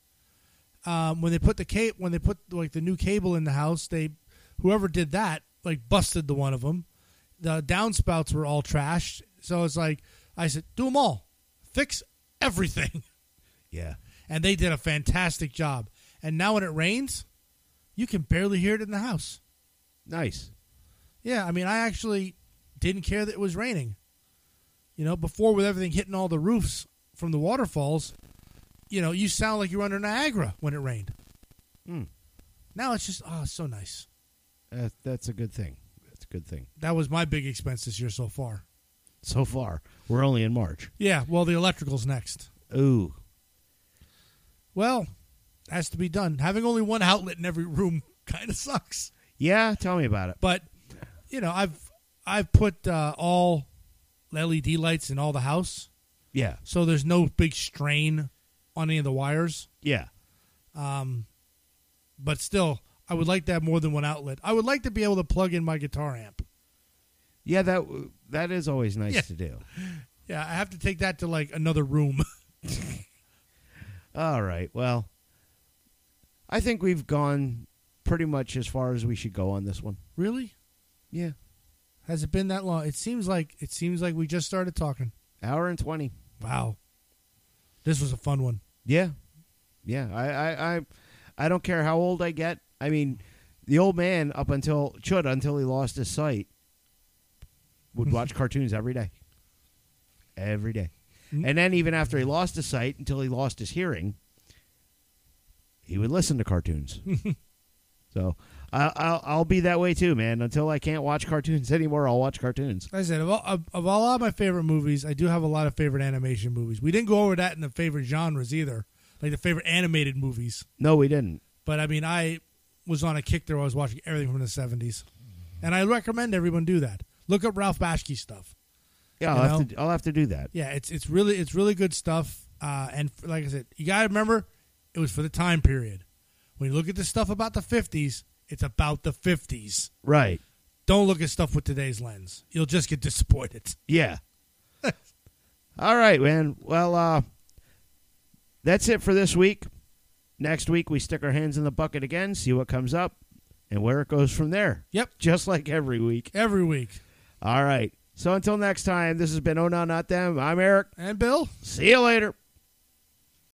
Speaker 2: Um, when they put the cape, when they put like the new cable in the house, they whoever did that like busted the one of them. The downspouts were all trashed, so it's like I said, do them all, fix everything,
Speaker 1: Yeah.
Speaker 2: and they did a fantastic job. And now when it rains, you can barely hear it in the house.
Speaker 1: Nice.
Speaker 2: Yeah, I mean, I actually didn't care that it was raining. You know, before with everything hitting all the roofs from the waterfalls, you know, you sound like you're under Niagara when it rained.
Speaker 1: Hmm.
Speaker 2: Now it's just oh, it's so nice.
Speaker 1: That, that's a good thing. That's a good thing.
Speaker 2: That was my big expense this year so far.
Speaker 1: So far, we're only in March.
Speaker 2: Yeah, well, the electrical's next.
Speaker 1: Ooh.
Speaker 2: Well, has to be done. Having only one outlet in every room *laughs* kind of sucks.
Speaker 1: Yeah, tell me about it.
Speaker 2: But you know, I've I've put uh, all LED lights in all the house,
Speaker 1: Yeah.
Speaker 2: so there's no big strain on any of the wires.
Speaker 1: Yeah.
Speaker 2: Um, but still, I would like to have more than one outlet. I would like to be able to plug in my guitar amp.
Speaker 1: Yeah, that w- that is always nice
Speaker 2: Yeah.
Speaker 1: to do.
Speaker 2: Yeah, I have to take that to like another room. *laughs*
Speaker 1: All right. Well, I think we've gone pretty much as far as we should go on this one.
Speaker 2: really?
Speaker 1: Yeah.
Speaker 2: Has it been that long? It seems like it seems like we just started talking.
Speaker 1: Hour and 20.
Speaker 2: Wow. This was a fun one.
Speaker 1: Yeah. Yeah. I I I, I don't care how old I get. I mean, the old man up until should until he lost his sight
Speaker 2: *laughs*
Speaker 1: would watch cartoons every day. Every day.
Speaker 2: Mm.
Speaker 1: And then even after he lost his sight until he lost his hearing, he would listen to
Speaker 2: *laughs*
Speaker 1: cartoons. so I, I'll, I'll be that way too, man. Until I can't watch cartoons *laughs* anymore, I'll watch cartoons.
Speaker 2: Like I said, of all, of, of all of my favorite movies, I do have a lot of favorite animation movies. We didn't go over that in the favorite genres either, like the favorite animated movies.
Speaker 1: No, we didn't.
Speaker 2: But I mean, I was on a kick there. I was watching everything from the 70s. And I recommend everyone do that. Look up Ralph Bashke stuff.
Speaker 1: Yeah,
Speaker 2: You
Speaker 1: I'll have,
Speaker 2: know?
Speaker 1: to, I'll have to do that.
Speaker 2: Yeah, it's it's really it's really good stuff. Uh, and f- like I said, you gotta remember it was for the time period. When you look at the stuff about the fifties, it's about the fifties.
Speaker 1: Right.
Speaker 2: Don't look at stuff with today's lens. You'll just get disappointed. *laughs*
Speaker 1: Yeah. *laughs* All right, man. Well, uh, that's it for this week. Next week, we stick our hands in the bucket again, see what comes up, and where it goes from there.
Speaker 2: Yep.
Speaker 1: Just like every week.
Speaker 2: Every week.
Speaker 1: All right. So until next time, this has been Oh No Not Them. I'm Eric.
Speaker 2: And Bill.
Speaker 1: See you later.